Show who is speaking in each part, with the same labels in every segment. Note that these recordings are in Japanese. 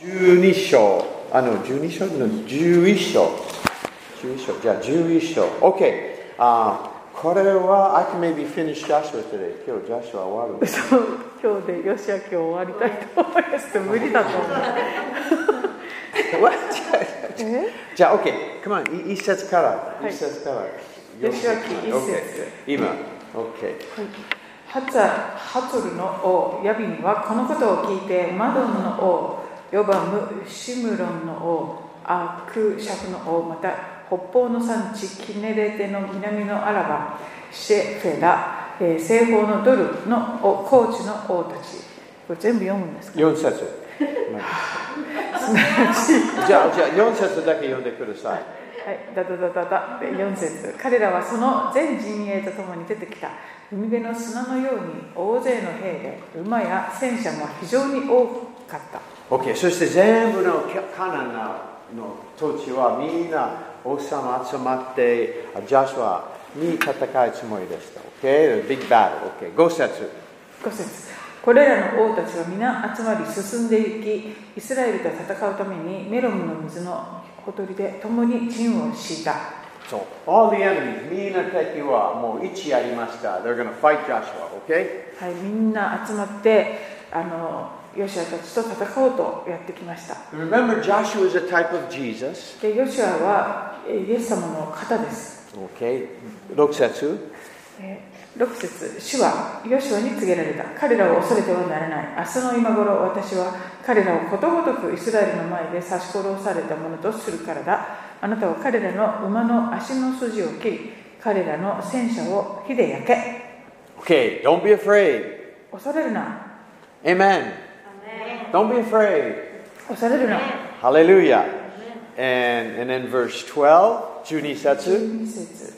Speaker 1: 12章、あの、12章の11章。11章、じゃあ11章。OK。あーこれは、I can maybe finish Joshua today. 今日 Joshua 終 わる。
Speaker 2: そう今日でよしあきを終わりたいと思います無理だと思う
Speaker 1: What?
Speaker 2: え
Speaker 1: じゃあ OK。Come on。い一節から。
Speaker 2: はい
Speaker 1: 一節から。
Speaker 2: よしあき一節
Speaker 1: OK 今。OK。
Speaker 2: ハツァハツルの王ヤビンはこのことを聞いてマドンの王ヨバムシムロンの王アクシャフの王また北方の産地キネレテの南のアラバシェフェラ、えー西方のドルの王高地の王たちこれ全部読むんですか
Speaker 1: 4節。 じゃあ、じゃあ4節だけ読んでください。
Speaker 2: はい、だだだだだ4節彼らはその全陣営とともに出てきた海辺の砂のように大勢の兵で馬や戦車も非常に多かった
Speaker 1: OK。そして全部のカカナンの土地はみんな王様集まって、ジャシュアに戦うつもりでした。OK。ビッグバトル。OK。5節。
Speaker 2: 5節これらの王たちは皆集まり進んでいきイスラエルと戦うためにメロムの水のほとりで共に陣を敷いた
Speaker 1: So, all the enemies, みんな敵はもう1やりました。They're going to fight Joshua. OK?
Speaker 2: はい、みんな集まってあのヨシアたちと戦おうとやってきました
Speaker 1: Remember, Joshua is a type of Jesus.
Speaker 2: でヨシアはえイエス様の方です
Speaker 1: OK。6節。
Speaker 2: えー6節主はヨシュアに告げられた彼らを恐れてはならない明日の今頃私は彼らをことごとくイスラエルの前で刺し殺されたものとするからだあなたは彼らの馬の足の筋を切り彼らの戦車を火で焼け
Speaker 1: Okay, don't be afraid.
Speaker 2: 恐れるな
Speaker 1: Amen. Don't be afraid.
Speaker 2: 恐れるな
Speaker 1: Hallelujah. And, and then verse 12, 12節.
Speaker 2: 12節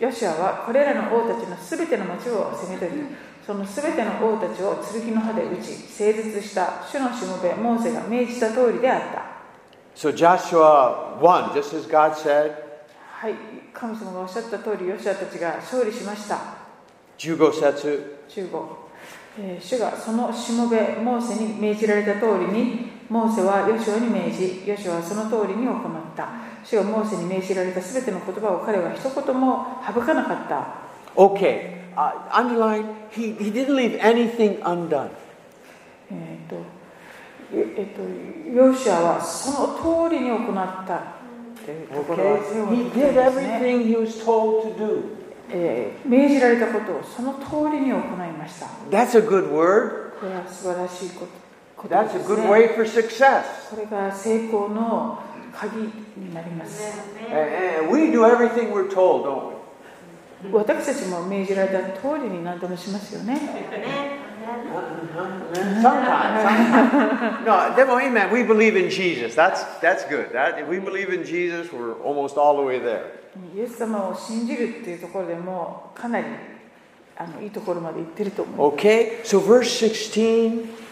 Speaker 2: ヨシュアはこれらの王たちのすべての町を攻め取りそのすべての王たちを剣の刃で打ち整絶した主のしもべモーセが命じた通りであった
Speaker 1: So Joshua won, just as God said.
Speaker 2: はい、神様がおっしゃった通り、ヨシアたちが勝利しました。
Speaker 1: 15節.
Speaker 2: 中5、えー主がそのしもべ、モーセに命じられた通りに、モーセはヨシュアに命じ、ヨシュアはその通りに行った。主がモーセに命じられたすべての言葉を彼は一言も省かなかった。
Speaker 1: Okay, uh, underline, he, he didn't leave anything undone.
Speaker 2: えっ、と、えっ、と、ヨシュアはその通りに行ったっていうところはすご
Speaker 1: Okay?
Speaker 2: い
Speaker 1: He
Speaker 2: です
Speaker 1: did
Speaker 2: ね。
Speaker 1: everything he was told to do.
Speaker 2: えー命じられたことをその通りに行いました。
Speaker 1: That's a good word.
Speaker 2: これは素晴らしいこと。ことで
Speaker 1: That's
Speaker 2: す
Speaker 1: a
Speaker 2: ね
Speaker 1: good way for success.
Speaker 2: これが成功の鍵になります。
Speaker 1: And, and we do everything we're told, don't we?
Speaker 2: 私たちも命じられた通りに何でもしますよね。
Speaker 1: Sometimes. sometimes. no, demo, amen. We believe in Jesus. That's that's good. That if we believe in Jesus, we're almost all the way there.
Speaker 2: イエス様を信じるっていうところでもかなりあのいいところまで行ってると思いま
Speaker 1: Okay. So verse 16.
Speaker 2: す。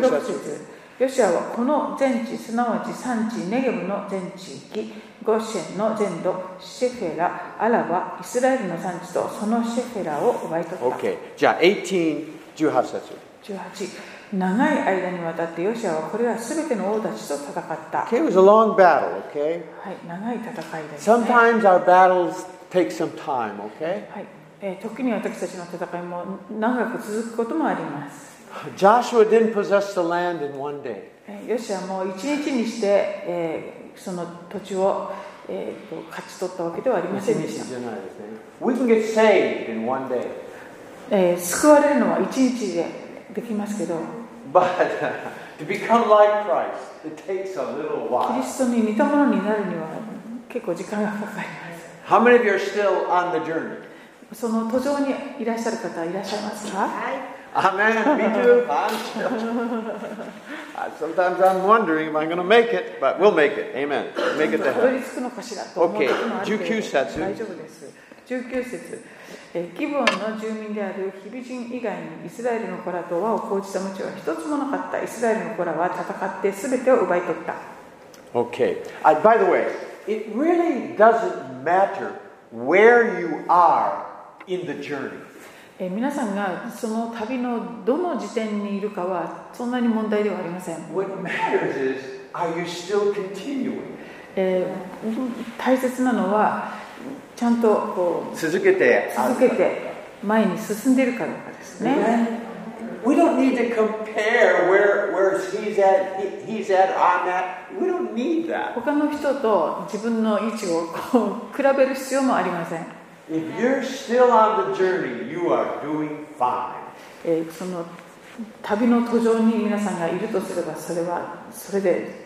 Speaker 1: 16 節
Speaker 2: 節ヨシアはこの全地、すなわち産地、ネゲブの全地域、ゴシェンの全土、シェフェラ、アラバ、イスラエルの産地とそのシェフェラを奪い取った。
Speaker 1: Okay. じゃあ、18, 18節。
Speaker 2: 18長い間にわたってヨシアはこれらすべての王たちと戦った。
Speaker 1: Okay, it was a long battle, okay?
Speaker 2: はい、長い戦いです、ね。は
Speaker 1: Sometimes our battles take some time, okay?
Speaker 2: い、えー時に私たちの戦いも長く続くこともあります。
Speaker 1: Joshua didn't possess the land in one day.
Speaker 2: えーヨシアも一日にして、えーその土地を、えーと勝ち取ったわけではありませんでした。
Speaker 1: We can get saved in one day.
Speaker 2: えー救われるのは一日でできますけど、
Speaker 1: But uh, to become like Christ, it takes a little
Speaker 2: キリ
Speaker 1: while.
Speaker 2: ストに似たものになるには結構時間がかかりま
Speaker 1: How many of you are still on the journey?
Speaker 2: す。その途上にいらっしゃる方いらっしゃいますか
Speaker 1: Amen. Me too. I'm still. I- Sometimes I'm wondering if I'm going to make it, but we'll make it. Amen. Make it to
Speaker 2: たど
Speaker 1: heaven.
Speaker 2: り着くのかしらと思う時もあるけれ
Speaker 1: Okay. 19
Speaker 2: ど
Speaker 1: 節
Speaker 2: 大丈夫です19節えーギブオンの住民であるヒビ人以外にイスラエルの子らと和を講じた町は一つもなかったイスラエルの子らは戦って全てを奪い取った
Speaker 1: Okay. Uh, by the way, it really doesn't matter where you are in the journey.
Speaker 2: えー皆さんがその旅のどの時点にいるかはそんなに問題ではありません、
Speaker 1: What matters is, are you still continuing?
Speaker 2: えー大切なのはちゃんとこう
Speaker 1: 続けてある
Speaker 2: 続けて前に進んでいるかどうかですね
Speaker 1: Amen. We don't need to compare where, where he's at, he- he's at, I'm at. We don't need that.
Speaker 2: 他の人と自分の位置をこう比べる必要もありません、
Speaker 1: If you're still on the journey, you are doing fine.
Speaker 2: えーその旅の途上に皆さんがいるとすればそれはそれで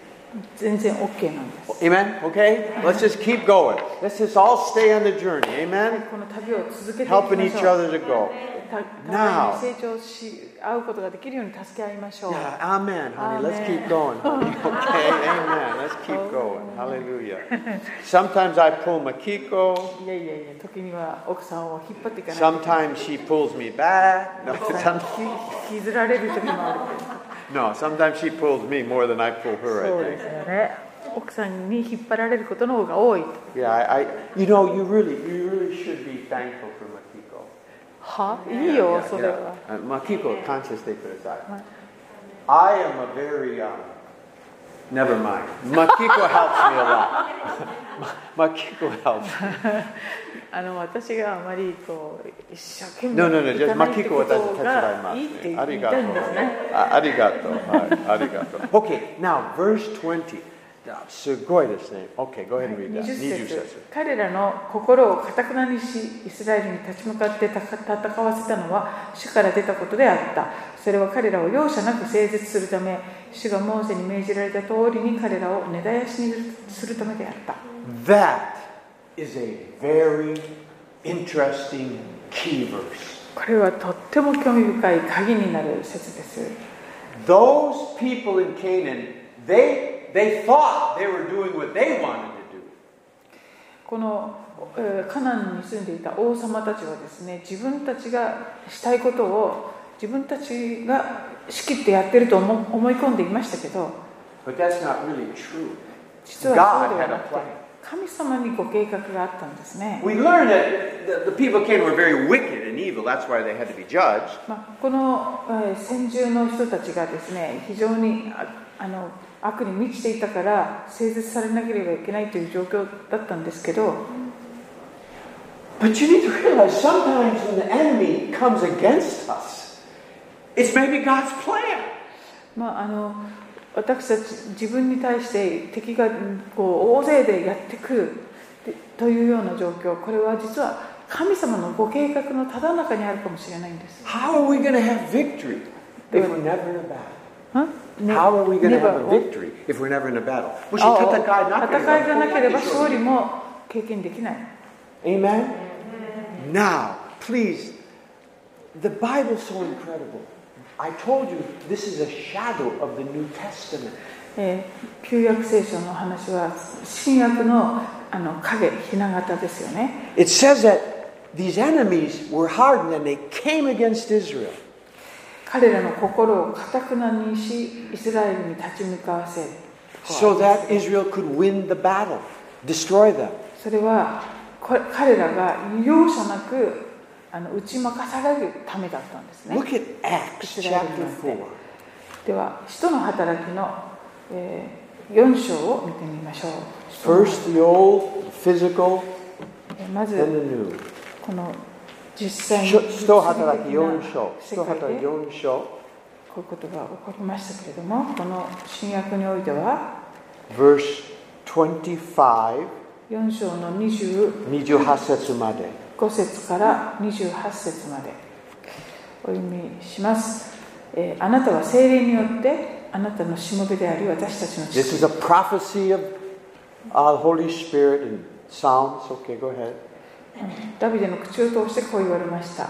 Speaker 2: 全然 OK なんです
Speaker 1: Amen? Okay? Let's just keep going. Let's just all stay on the journey. Amen?
Speaker 2: この旅を続けていきま
Speaker 1: Helping each
Speaker 2: しょう
Speaker 1: other to go.
Speaker 2: た互
Speaker 1: Now.
Speaker 2: いに成長し合うことができるように助け合いましょう
Speaker 1: Yeah, amen, honey. Let's keep
Speaker 2: Amen.
Speaker 1: going. honey. Okay, amen. Let's keep going. Hallelujah. Sometimes I pull Makiko.
Speaker 2: いやいやいや時には奥さんを引っ張っていかないと
Speaker 1: Sometimes she pulls me back. No,
Speaker 2: 奥さん
Speaker 1: some-
Speaker 2: に引き引きずられる時もある
Speaker 1: no, sometimes she pulls me more than I pull
Speaker 2: そう
Speaker 1: her, I
Speaker 2: です
Speaker 1: think.
Speaker 2: よね奥さんに引っ張られることの方が多い
Speaker 1: Yeah, I, I you know, you really you really should be thankful for Makiko.
Speaker 2: はいいよそれは
Speaker 1: Uh, Makiko, consciously put aside.
Speaker 2: Right.
Speaker 1: I am a very um, never mind. Makiko helps me a lot. Ma- Makiko helps.
Speaker 2: あの私があまりこう一生懸
Speaker 1: No, no, no,
Speaker 2: 命い
Speaker 1: just
Speaker 2: かないってこ
Speaker 1: Makiko
Speaker 2: と
Speaker 1: doesn't
Speaker 2: がいいって言
Speaker 1: touch
Speaker 2: い
Speaker 1: my
Speaker 2: たいんですね
Speaker 1: arigato. Okay, now verse 20. すごいですね。Okay, go ahead and read that.
Speaker 2: 20
Speaker 1: 20
Speaker 2: 節
Speaker 1: 節。
Speaker 2: 彼らの心をかたくなにしイスラエルに立ち向かってたか戦わせたのは主から出たことであったそれは彼らを容赦なく整絶するため主がモーセに命じられた通りに彼らを根絶やしにするためであった
Speaker 1: That is a very interesting key verse.
Speaker 2: これはとっても興味深い鍵になる説です
Speaker 1: Those people in Canaan, they they thought they were doing what they wanted to do.
Speaker 2: このえーカナンに住んでいた王様たちはですね自分たちがしたいことを自分たちが仕切ってやってると思思い込んでいましたけど
Speaker 1: But that's not really true.
Speaker 2: 実はそ
Speaker 1: God
Speaker 2: うでは
Speaker 1: had
Speaker 2: な
Speaker 1: a
Speaker 2: くて
Speaker 1: plan.
Speaker 2: 神様にご計画があったんですね、
Speaker 1: We learn that the, the people of Canaan were very wicked and evil. That's why they had to be judged.
Speaker 2: まあ、この、えー先住の人たちがですね非常にああの悪に満ちていたから整絶されなければいけないという状況だったんですけど
Speaker 1: But you need to realize sometimes when the enemy comes against us, it's maybe God's plan.
Speaker 2: まあ、あの私たち自分に対して敵がうんこう大勢でやってくるでというような状況これは実は神様のご計画のただ中にあるかもしれないんです。
Speaker 1: How are we going to have victory if we're never in a battle?
Speaker 2: んね
Speaker 1: How are we going to
Speaker 2: ねば
Speaker 1: have a victory if we're never in a battle? もし
Speaker 2: あ
Speaker 1: 戦いなければ
Speaker 2: 戦いがなければ勝利も経験できない。
Speaker 1: Amen? Now, please, the Bible's so incredible. I told you this is a shadow of the New Testament.
Speaker 2: えー旧約聖書の話は新約のあの影ひな形ですよね。
Speaker 1: It says that these enemies were hardened and they came against Israel.
Speaker 2: 彼らの心をかたくなにしイスラエルに立ち向かわせ
Speaker 1: so that Israel could win the battle, destroy them.
Speaker 2: それはこれ彼らが容赦なくあの打ち負かされるためだったんですね
Speaker 1: Look at Acts chapter 4.
Speaker 2: では使徒の働きの、え4章を見てみましょう
Speaker 1: First the old physical,
Speaker 2: えーま
Speaker 1: then
Speaker 2: ず
Speaker 1: the new.
Speaker 2: この実際に実践的な世界でこ
Speaker 1: 使徒働き4章。使徒働き4章。Verse
Speaker 2: ういうことが起こりましたけれどもこの新約においては
Speaker 1: 25,
Speaker 2: 4章の28
Speaker 1: 28節まで。
Speaker 2: 5節から28節までお読みします、えーあなたは聖霊によってあなたのしもべであり私たちの
Speaker 1: This
Speaker 2: 父
Speaker 1: is a prophecy of uh, Holy Spirit and Psalms. Okay, go ahead.
Speaker 2: ダビデの口を通してこう言われました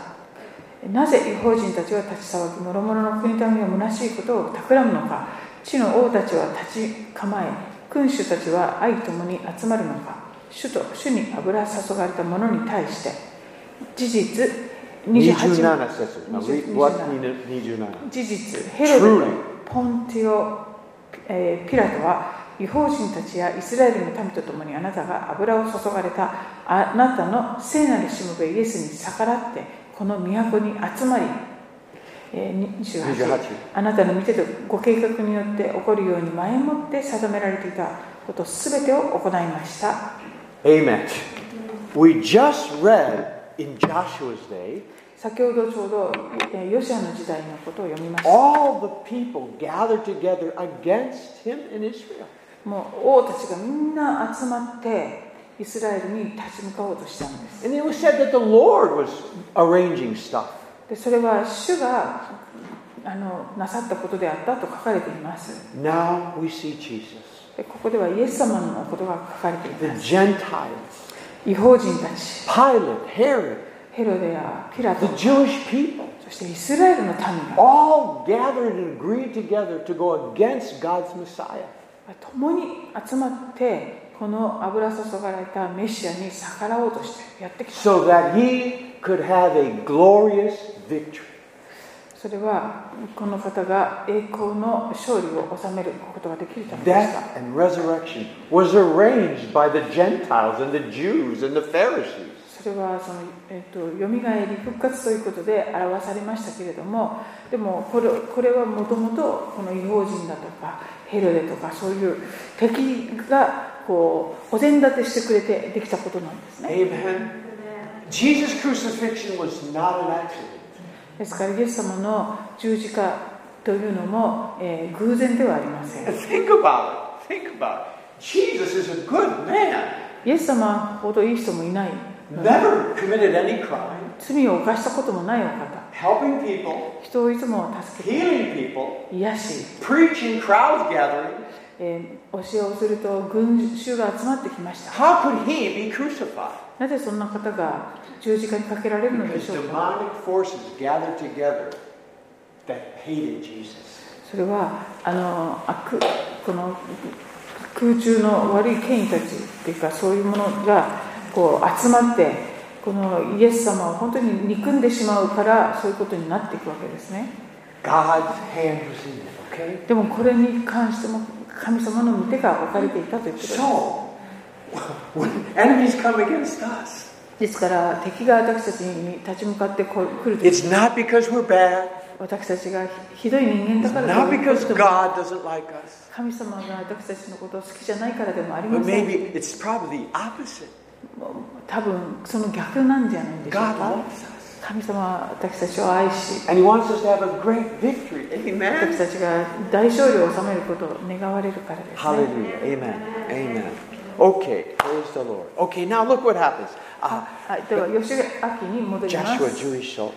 Speaker 2: なぜ違法人たちは立ち騒ぎ諸々の国民は虚しいことを企むのか地の王たちは立ち構え君主たちは相共に集まるのか主と主に油注がれた者に対して事実28
Speaker 1: 27節。Now read
Speaker 2: 27
Speaker 1: what 27.
Speaker 2: 事実ヘロデとポンティオ、えーピラトは違法人たちやイスラエルの民と共にあなたが油を注がれたあなたの聖なるしもべイエスに逆らってこの都に集まり、えー28
Speaker 1: 28
Speaker 2: あなたの見てとご計画によって起こるように前もって定められていたことすべてを行いました。
Speaker 1: Amen. We just read in Joshua's day,
Speaker 2: 先ほどちょうど、えーヨシアの時代のことを読みました。
Speaker 1: all the people gathered together against him in Israel.
Speaker 2: もう王たちがみんな集まってイスラエルに立ち向かおうとしたんです。
Speaker 1: And it was said that the Lord was arranging stuff.
Speaker 2: でそれは主があのなさったことであったと書かれています。
Speaker 1: Now we see Jesus,
Speaker 2: でここではイエス様のことが書かれてい
Speaker 1: the
Speaker 2: ます。
Speaker 1: Gentiles,
Speaker 2: 違法人たち、
Speaker 1: Pilate, Herod,
Speaker 2: ヘロデやピラト
Speaker 1: the、Jewish people,
Speaker 2: そしてイスラエルの民が
Speaker 1: all gathered and agreed together to go against God's Messiah.
Speaker 2: 共に集まってこの油注がれたメシアに逆らおうとしてやってきた。
Speaker 1: so that he could have a glorious victory.
Speaker 2: それはこの方が栄光の勝利を収めることができるためでした
Speaker 1: Death。and resurrection was arranged by the Gentiles and the Jews and the Pharisees.
Speaker 2: それはその、えっとよみがえり復活ということで表されましたけれどもでもこれこれはもともとこの違法人だとかヘロデとかそういう敵がこうお膳立てしてくれてできたことなんですね
Speaker 1: Amen. Jesus' crucifixion was not an accident.
Speaker 2: ですからイエス様の十字架というのも、えー偶然ではありません
Speaker 1: And think about it. Think about it. Jesus is a good man.
Speaker 2: イエス様ほどいい人もいないので
Speaker 1: Never committed any crime.
Speaker 2: 罪を犯したこともないお方
Speaker 1: Helping people,
Speaker 2: 人をいつも助けて
Speaker 1: healing people,
Speaker 2: 癒し
Speaker 1: preaching, crowd gathering.
Speaker 2: えー教えをすると群衆が集まってきました
Speaker 1: How could he be crucified?
Speaker 2: なぜそんな方が十字架にかけられるので
Speaker 1: Because
Speaker 2: しょうか
Speaker 1: demonic forces gathered together that hated Jesus.
Speaker 2: それはあの悪この空中の悪い権威たちっていうかそういうものがこう集まってこのイエス様を本当に憎んでしまうからそういうことになっていくわけですね
Speaker 1: God's hand was in it, okay?
Speaker 2: でもこれに関しても神様の御手が置かれていたということです
Speaker 1: So, when enemies come against us,
Speaker 2: ですから敵が私たちに立ち向かってこ来ると
Speaker 1: it's not because we're bad,
Speaker 2: 私たちがひどい人間だ
Speaker 1: it's
Speaker 2: から
Speaker 1: not
Speaker 2: というこ
Speaker 1: because
Speaker 2: とでも
Speaker 1: God doesn't like us,
Speaker 2: 神様が私たちのことを好きじゃないからでもあり
Speaker 1: but
Speaker 2: ません
Speaker 1: maybe it's probably the opposite.
Speaker 2: 多分その逆なんじゃないでしょう
Speaker 1: God
Speaker 2: か
Speaker 1: loves us,
Speaker 2: 神様は私たちを愛し
Speaker 1: and He wants us to have a great victory.
Speaker 2: 私
Speaker 1: Amen.
Speaker 2: たちが大勝利を収めることを願われるからですね
Speaker 1: Hallelujah. Amen. Amen. Okay, praise the Lord. Okay, now look what happens. Uh,
Speaker 2: はい、では吉秋に戻ります
Speaker 1: Joshua, Jewish soul.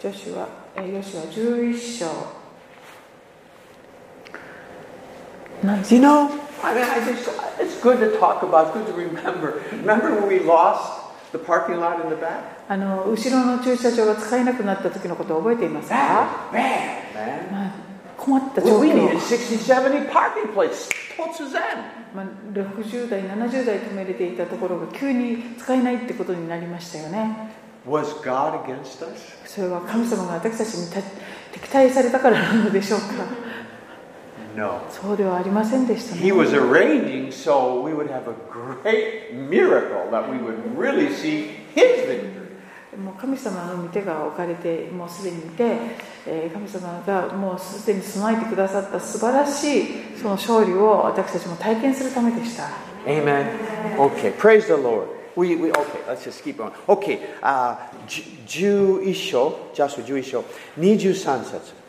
Speaker 2: ジョシュアえーヨシュア11章なん
Speaker 1: You know, I mean, I just, it's good to talk about, it's good to remember. Remember when we lost the parking lot in the back?
Speaker 2: あの後ろの駐車場が使えなくなった時のことを覚えていますか、
Speaker 1: That was bad, man.
Speaker 2: まあ、困った状
Speaker 1: Well, we
Speaker 2: 況
Speaker 1: needed 60, 70 parking places. Told Suzanne.
Speaker 2: まあ、60代70代止めれていたところが急に使えないってことになりましたよね
Speaker 1: Was God against us?
Speaker 2: それは神様が私たちにた敵対されたからなのでしょうか
Speaker 1: No.
Speaker 2: そうではありませんでした
Speaker 1: He
Speaker 2: ね
Speaker 1: was arranging so we would have a great miracle that we would really see His victory.
Speaker 2: もう神様の御手が置かれてもうすでにいて、えー神様がもうすでに備えてくださった素晴らしいその勝利を私たちも体験するためでした
Speaker 1: Amen. Okay, praise the Lord. We, we okay, let's just keep on. Okay, uh, Jewisho, Joshua Jewisho, 23節。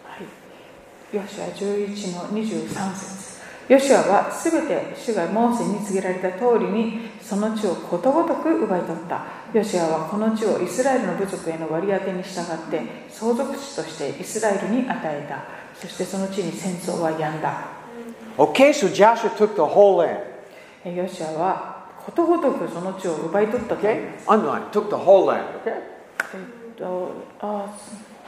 Speaker 2: ヨシュア11の23節ヨシュアはすべて主がモーセに告げられた通りにその地をことごとく奪い取ったヨシュアはこの地をイスラエルの部族への割り当てに従って相続地としてイスラエルに与えたそしてその地に戦争はやんだ
Speaker 1: Okay, so Joshua took the whole land.
Speaker 2: えヨシュアはことごとくその地を奪い取ったと言い
Speaker 1: Okay,
Speaker 2: ます
Speaker 1: online took the whole land. Okay,
Speaker 2: えっとあ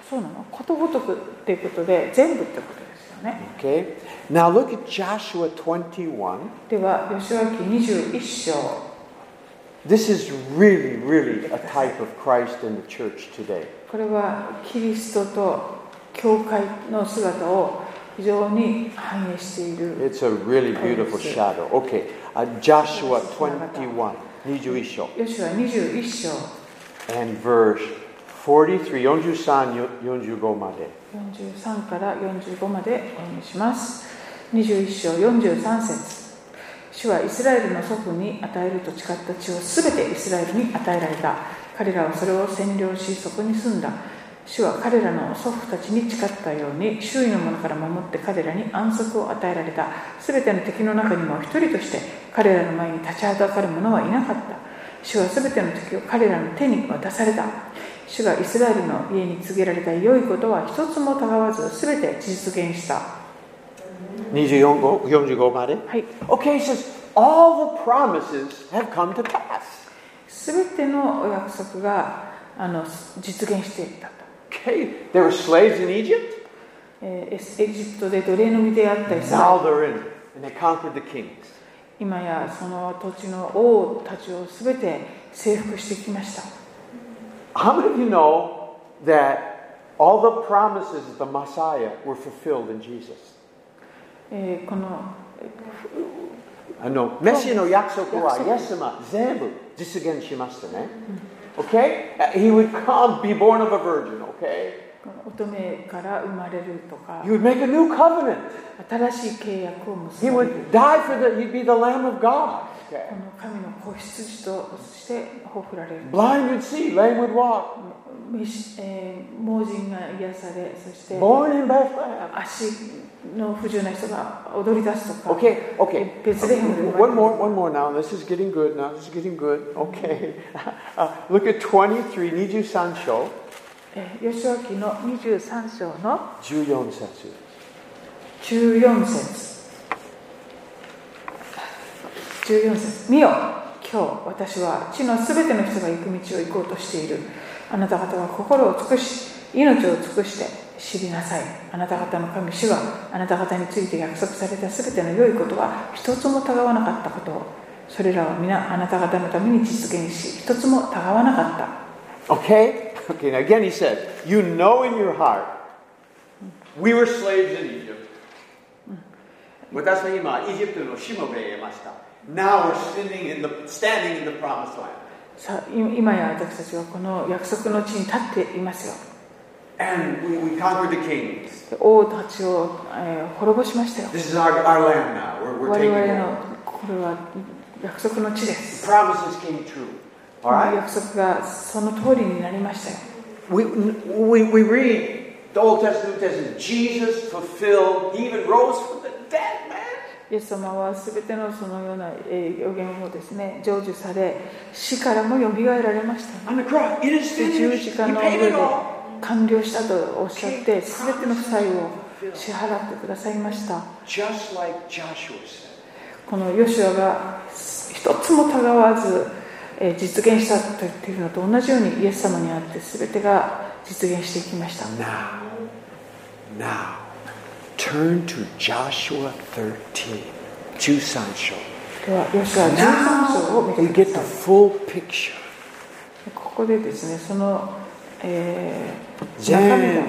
Speaker 2: そうなのことごとくっていうことで全部ってことですよね
Speaker 1: okay. Now look at Joshua 21.
Speaker 2: ではヨシュア記21章
Speaker 1: This is really, really a type of Christ in the church today.
Speaker 2: これはキリストと教会の姿を非常に反映している
Speaker 1: It's a really beautiful
Speaker 2: Yes.
Speaker 1: shadow. Okay, uh, Joshua 21, 21
Speaker 2: ヨシュア21章
Speaker 1: and verse 43、43、45まで。
Speaker 2: 43から45までお読みします21章43節主はイスラエルの祖父に与えると誓った地をすべてイスラエルに与えられた彼らはそれを占領しそこに住んだ主は彼らの祖父たちに誓ったように周囲の者から守って彼らに安息を与えられたすべての敵の中にも一人として彼らの前に立ちはだかる者はいなかった主はすべての敵を彼らの手に渡された主がイスラエルの家に告げられた良いことは一つもたがわずすべて実現したは
Speaker 1: 24号、45まで。
Speaker 2: い
Speaker 1: Okay, he says, all the promises have come to pass.
Speaker 2: すべてのお約束があの実現していったと、
Speaker 1: Okay, they were slaves in Egypt.
Speaker 2: えーエスエジプトで奴隷の身であったイスラエ
Speaker 1: Now
Speaker 2: ル
Speaker 1: they're in, and they conquered the kings.
Speaker 2: 今やその土地の王たちをすべて征服してきました
Speaker 1: How many of you know that all the promises of the Messiah were fulfilled in Jesus?
Speaker 2: えーこの
Speaker 1: あのメシの約束はイエス様全部実現しましたね。Okay? Uh, He would come, be born of a virgin, okay?
Speaker 2: 乙女から生まれるとか
Speaker 1: He would make a new covenant.
Speaker 2: 新しい契約を結
Speaker 1: He
Speaker 2: ぶこ
Speaker 1: would die for the, he'd be the Lamb of God. Okay?
Speaker 2: の神の子羊として葬られる
Speaker 1: Blind would see, lame would walk.
Speaker 2: みしえー盲人が癒されそして
Speaker 1: Born in Bethlehem.
Speaker 2: 足の不自由な人が踊り出すとか
Speaker 1: Okay, okay.
Speaker 2: 別で生まれる
Speaker 1: One more, one more now. This is getting good now. This is getting good. Okay. Uh, look at 23, 23章
Speaker 2: えー吉脇の23章の
Speaker 1: 14節。
Speaker 2: 14節14節見よ今日私は地のすべての人が行く道を行こうとしているあなた方は心を尽くし命を尽くして知りなさいあなた方の神主はあなた方について約束されたすべての良いことは一つもたがわなかったことをそれらは皆あなた方のために実現し一つもたがわなかった
Speaker 1: Okay? Okay, now again he says, You know in your heart, we were slaves in Egypt. 私は今、エジプトのしもべへいました。Now we're standing in the, standing in the promised land.
Speaker 2: さあい今や私たちはこの約束の地に立っていますよ
Speaker 1: And we, we conquered the kings.
Speaker 2: 王たちを、えー滅ぼしましたよ
Speaker 1: This is our, our land now. We're,
Speaker 2: 我
Speaker 1: we're taking
Speaker 2: 々
Speaker 1: it.
Speaker 2: のこれは約束の地です
Speaker 1: The promises came true. All
Speaker 2: こ
Speaker 1: right?
Speaker 2: の約束がその通りになりましたよ
Speaker 1: We, we, we read the Old Testament, New Testament. Jesus fulfilled, he even rose from the dead, man.
Speaker 2: イエス様は全てのそのような、えー予言をですね成就され死からもよみがえられました
Speaker 1: On the cross. It is
Speaker 2: で十
Speaker 1: finished.
Speaker 2: 字
Speaker 1: He
Speaker 2: 架の上
Speaker 1: paid it
Speaker 2: で
Speaker 1: all.
Speaker 2: 完了したとおっしゃって全ての負債を支払ってくださいました
Speaker 1: Just like Joshua said.
Speaker 2: このヨシュアが一つもたがわずえー実現したと言っているのと同じようにイエス様にあって全てが実現していきました
Speaker 1: Now, now, turn to Joshua 13. 13章.
Speaker 2: ではヨシュア13章を
Speaker 1: Now
Speaker 2: 見
Speaker 1: we
Speaker 2: てく
Speaker 1: get
Speaker 2: だ
Speaker 1: the
Speaker 2: さい
Speaker 1: full picture.
Speaker 2: ここでですねその、えー
Speaker 1: 全部
Speaker 2: 中身が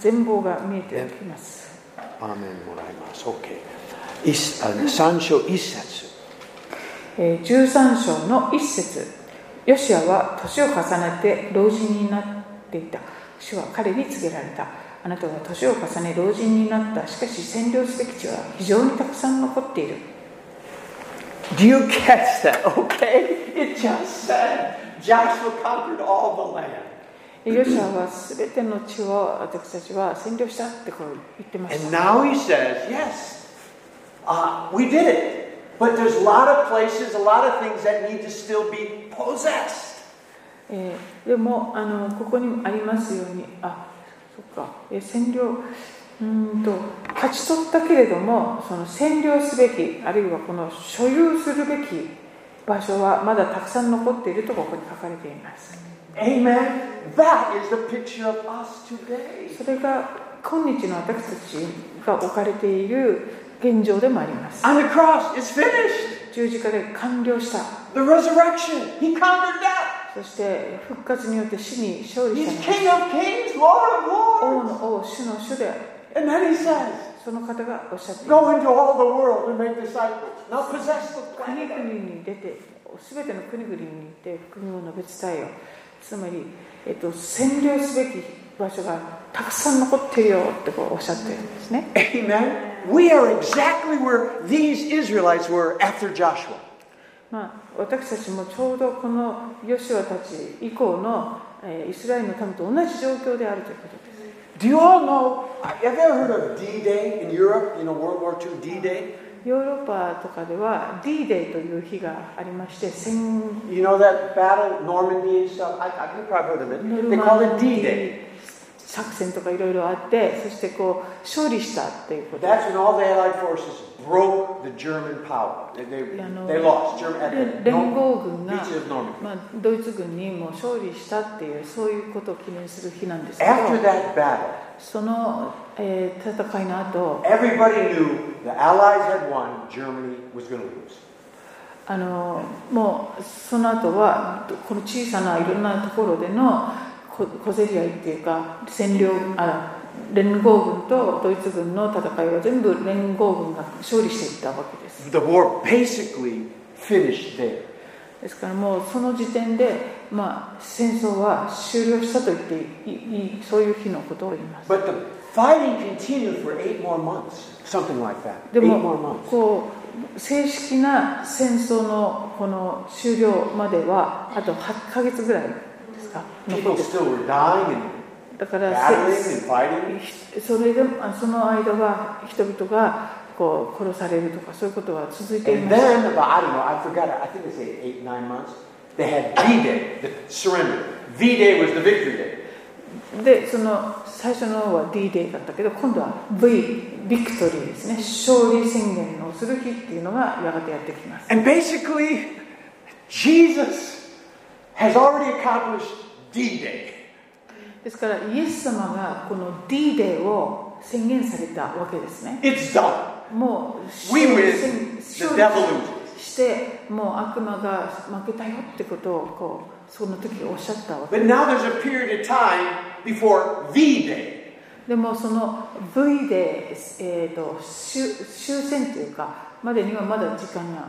Speaker 2: 全貌が見えてきます
Speaker 1: uh, アーメンもらいます。OK。3章1節。
Speaker 2: えー13章の1節ヨシアは年を重ねて老人になっていた主は彼に告げられたあなたは年を重ね老人になったしかし占領すべき地は非常にたくさん残っている
Speaker 1: Do you catch that? Okay? It just said Joshua conquered all the land.
Speaker 2: ヨシアは全ての地を私たちは占領したってこう言ってまし
Speaker 1: And
Speaker 2: た
Speaker 1: now he says, yes, uh, we did it. But there's a lot of places, a lot of things that need to still be possessed.
Speaker 2: えーでもあのここにもありますようにあそっか、えー占領うーんと勝ち取ったけれどもその占領すべきあるいはこの所有するべき場所はまだたくさん残っているとここに書かれています
Speaker 1: Amen. That is the picture of us today.
Speaker 2: それが今日の私たちが置かれている現状でもあります
Speaker 1: On the cross, it's finished.
Speaker 2: 十字架で完了した
Speaker 1: The resurrection, he conquered that.
Speaker 2: そして復活によって死に勝利
Speaker 1: He's
Speaker 2: したの
Speaker 1: King of Kings, Lord of
Speaker 2: 王
Speaker 1: Lords.
Speaker 2: の王主の主で
Speaker 1: And then he says,
Speaker 2: その方がおっしゃっています
Speaker 1: Go into all the world and make disciples. Now possess the
Speaker 2: 国
Speaker 1: planet.
Speaker 2: 々に出て、すべての国々に行って、福音を述べ伝えよ。つまり、えっと、占領すべき場所がたくさん残ってるよってこうおっしゃってるんですね
Speaker 1: Amen. We are exactly where these Israelites were after Joshua.
Speaker 2: まあ、私たちもちょうどこのヨシュアたち以降の、えーイスラエルの民と同じ状況であるということです。
Speaker 1: Do you all know? Have you ever heard of D Day in Europe? You know, World War II D Day?
Speaker 2: ヨーロッパとかでは D デイという日がありまして、戦
Speaker 1: You know that battle, Normandy and stuff? I, I, you probably heard of
Speaker 2: ノ
Speaker 1: it.
Speaker 2: ル
Speaker 1: They call
Speaker 2: マン
Speaker 1: it
Speaker 2: デ
Speaker 1: D Day.
Speaker 2: ィー作戦とかいろいろあって、そしてこう勝利したっていうこと
Speaker 1: That's when all the Allied forces broke the German power. They, they,
Speaker 2: Yeah, no.
Speaker 1: they lost German at the
Speaker 2: で連
Speaker 1: Nor-
Speaker 2: 合軍が、
Speaker 1: beaches of Normandy.
Speaker 2: まあ、ドイツ軍にもう勝利したっていう、そういうことを記念する日なんですけど、
Speaker 1: After that battle,
Speaker 2: その、えー戦いの後
Speaker 1: everybody knew the Allies had won, Germany was going to lose.
Speaker 2: あのもうその後はこの小さないろんなところでのこ小競り合いっていうか占領あ連合軍とドイツ軍の戦いは全部連合軍が勝利していったわけです
Speaker 1: The war basically finished there.
Speaker 2: ですからもうその時点で、まあ、戦争は終了したと言っていいいいそういう日のことを言います
Speaker 1: But the fighting continued for eight more months, something like that.
Speaker 2: で
Speaker 1: Eight more
Speaker 2: も
Speaker 1: months.
Speaker 2: こう正式な戦争のこの終了まではあと8ヶ月ぐらいですか残っ
Speaker 1: People
Speaker 2: て
Speaker 1: still were dying and
Speaker 2: だから
Speaker 1: battling and
Speaker 2: せ
Speaker 1: fighting.
Speaker 2: それでもあその間は人々がこう殺されるとかそういうことは続いてい
Speaker 1: And
Speaker 2: ました
Speaker 1: then, about, I don't know, I forgot, I think it's eight, eight nine months, they had D Day, the surrender. V Day was the victory day.
Speaker 2: でその最初の方は D デイだったけど今度は V ビクトリーですね勝利宣言をする日っていうのがやがてやってきます
Speaker 1: And basically, Jesus has already accomplished D Day.
Speaker 2: ですからイエス様がこの D デイを宣言されたわけですね
Speaker 1: It's done.
Speaker 2: もう
Speaker 1: We
Speaker 2: 勝利
Speaker 1: win.
Speaker 2: 宣
Speaker 1: The devil
Speaker 2: 勝利してもう悪魔が負けたよってことをこうその時おっしゃったわけで
Speaker 1: But
Speaker 2: す
Speaker 1: now there's a period of time before V Day.
Speaker 2: でもその V で、えー、と終終戦というかまでにはまだ時間が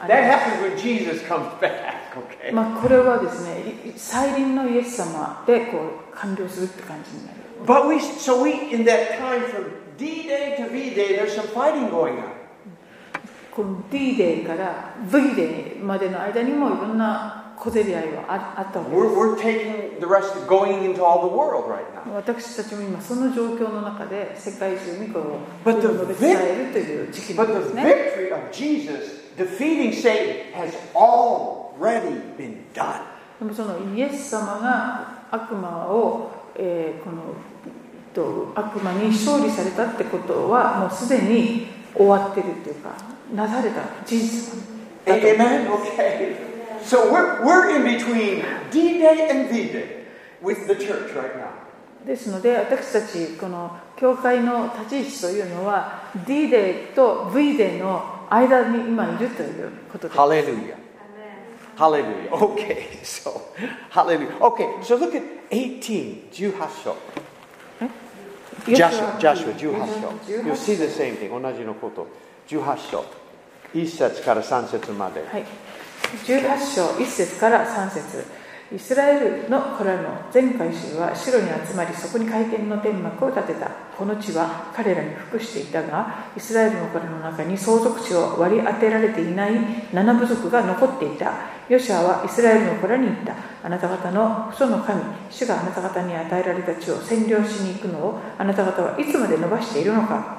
Speaker 2: あ
Speaker 1: That
Speaker 2: り
Speaker 1: happens when
Speaker 2: ま
Speaker 1: Jesus comes back, okay?
Speaker 2: す、まあ、これはですねい再臨のイエス様でこう完了するって感じになる
Speaker 1: But we, so we, in that time from D Day to V Day, there's some fighting going on.
Speaker 2: この D デーから V デーまでの間にもいろんな小競り合いはああったわけで
Speaker 1: We're, we're taking the rest of going into all the world right now.
Speaker 2: 私たちも今その状況の中で世界中にこう
Speaker 1: But the
Speaker 2: 述べ伝えるという時期な
Speaker 1: But
Speaker 2: んで
Speaker 1: the
Speaker 2: すね
Speaker 1: victory of Jesus defeating Satan has already been done.
Speaker 2: でもそのイエス様が悪魔を、えーこのと悪魔に勝利されたってことはもうすでに終わってるっていうかなされた事実だと
Speaker 1: Amen? Okay. So we're, we're in between D Day and V Day with the church right now.
Speaker 2: ですので私たちこの教会の立ち位置というのは D デーと V デーの間に今いるということです。
Speaker 1: Hallelujah. Hallelujah. Okay, so, hallelujah. Okay, so look at 18, Juhasho.
Speaker 2: ヨシュ
Speaker 1: Joshua,
Speaker 2: ア
Speaker 1: Joshua 18章。
Speaker 2: 18
Speaker 1: You see the same thing, 同じのこと。18章。1節から3節まで。
Speaker 2: はい、18章1節から3節イスラエルの子らの全回収は城に集まりそこに会見の天幕を建てたこの地は彼らに服していたがイスラエルの子らの中に相続地を割り当てられていない七部族が残っていたヨシュアはイスラエルの子らに言ったあなた方の父祖の神主があなた方に与えられた地を占領しに行くのをあなた方はいつまで伸ばしているのか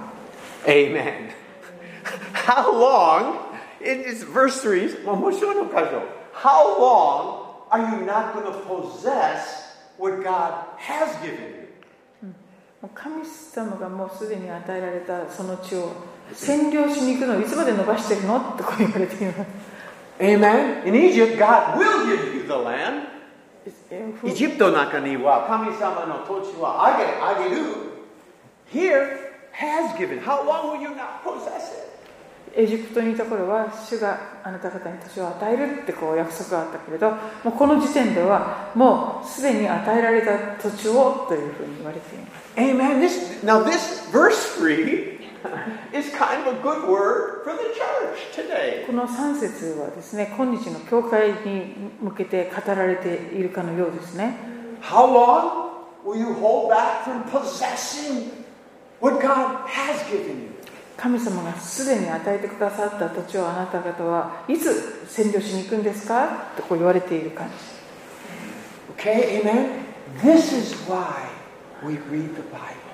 Speaker 1: Amen. How long, in this verse 3, もう面白いの箇所。How long are you not going to possess what God has given you?
Speaker 2: もう神様がもうすでに与えられたその地を占領しに行くのをいつまで伸ばしてるのってこう言われています
Speaker 1: Amen. In Egypt, God will give you the land.
Speaker 2: えふ
Speaker 1: エジプトの中には神様の土地はあげあげる。Here has given. How long will you not possess it?
Speaker 2: エジプトにいた頃は主があなた方に土地を与えるってこう約束があったけれどもうこの時点ではもうすでに与えられた土地をというふうに言われていま す
Speaker 1: Amen. This now this verse three It's kind of a good word for the church today.
Speaker 2: この3節はですね、今日の教会に向けて語られているかのようですね。
Speaker 1: How long will you hold back from possessing what God has given you?
Speaker 2: 神様がすでに与えてくださった土地をあなた方はいつ占領しに行くんですかとこう言われている感じ。
Speaker 1: Okay, amen? This is why we read the Bible.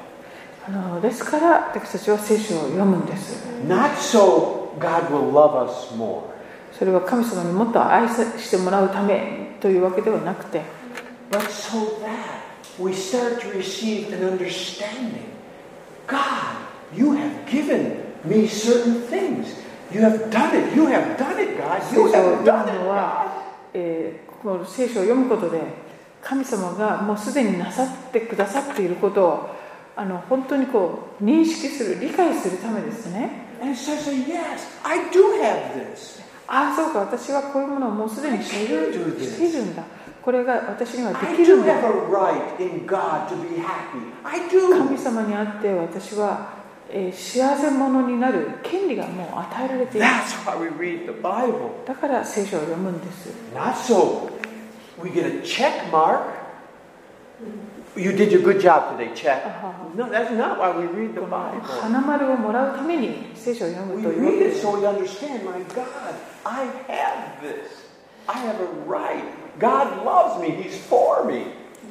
Speaker 2: あのですから私たちは聖書を読むんです。
Speaker 1: Not so God will love us more,
Speaker 2: それは神様にもっと愛さしてもらうためというわけではなくて、
Speaker 1: but so that we start to receive an understanding. God, you have given me certain things. You have done it. You have done it, God. You
Speaker 2: 聖書を
Speaker 1: have
Speaker 2: 読む
Speaker 1: done it.
Speaker 2: のは、えーこの聖書を読むことで神様がもうすでになさってくださっていることをあの本当にこう認識する理解するためですね
Speaker 1: And it says, yes, I do have this.
Speaker 2: ああそうか私はこういうものをもうすでに所有
Speaker 1: I can do this.
Speaker 2: しているんだこれが私には
Speaker 1: I
Speaker 2: できる
Speaker 1: do
Speaker 2: ん
Speaker 1: have
Speaker 2: だ
Speaker 1: a right in God to be happy. I do.
Speaker 2: 神様にあって私は、えー幸せ者になる権利がもう与えられている
Speaker 1: That's why we read the Bible.
Speaker 2: だから聖書を読むんです
Speaker 1: Not so. We get a check mark. You did your good job today, check.
Speaker 2: Uh-huh.
Speaker 1: No, that's not why we read the
Speaker 2: この
Speaker 1: Bible.
Speaker 2: 花丸をもらうために聖書を読む
Speaker 1: We
Speaker 2: というわけ
Speaker 1: read
Speaker 2: で
Speaker 1: it
Speaker 2: す
Speaker 1: so we understand, my God, I have this. I have a right. God loves me. He's for me.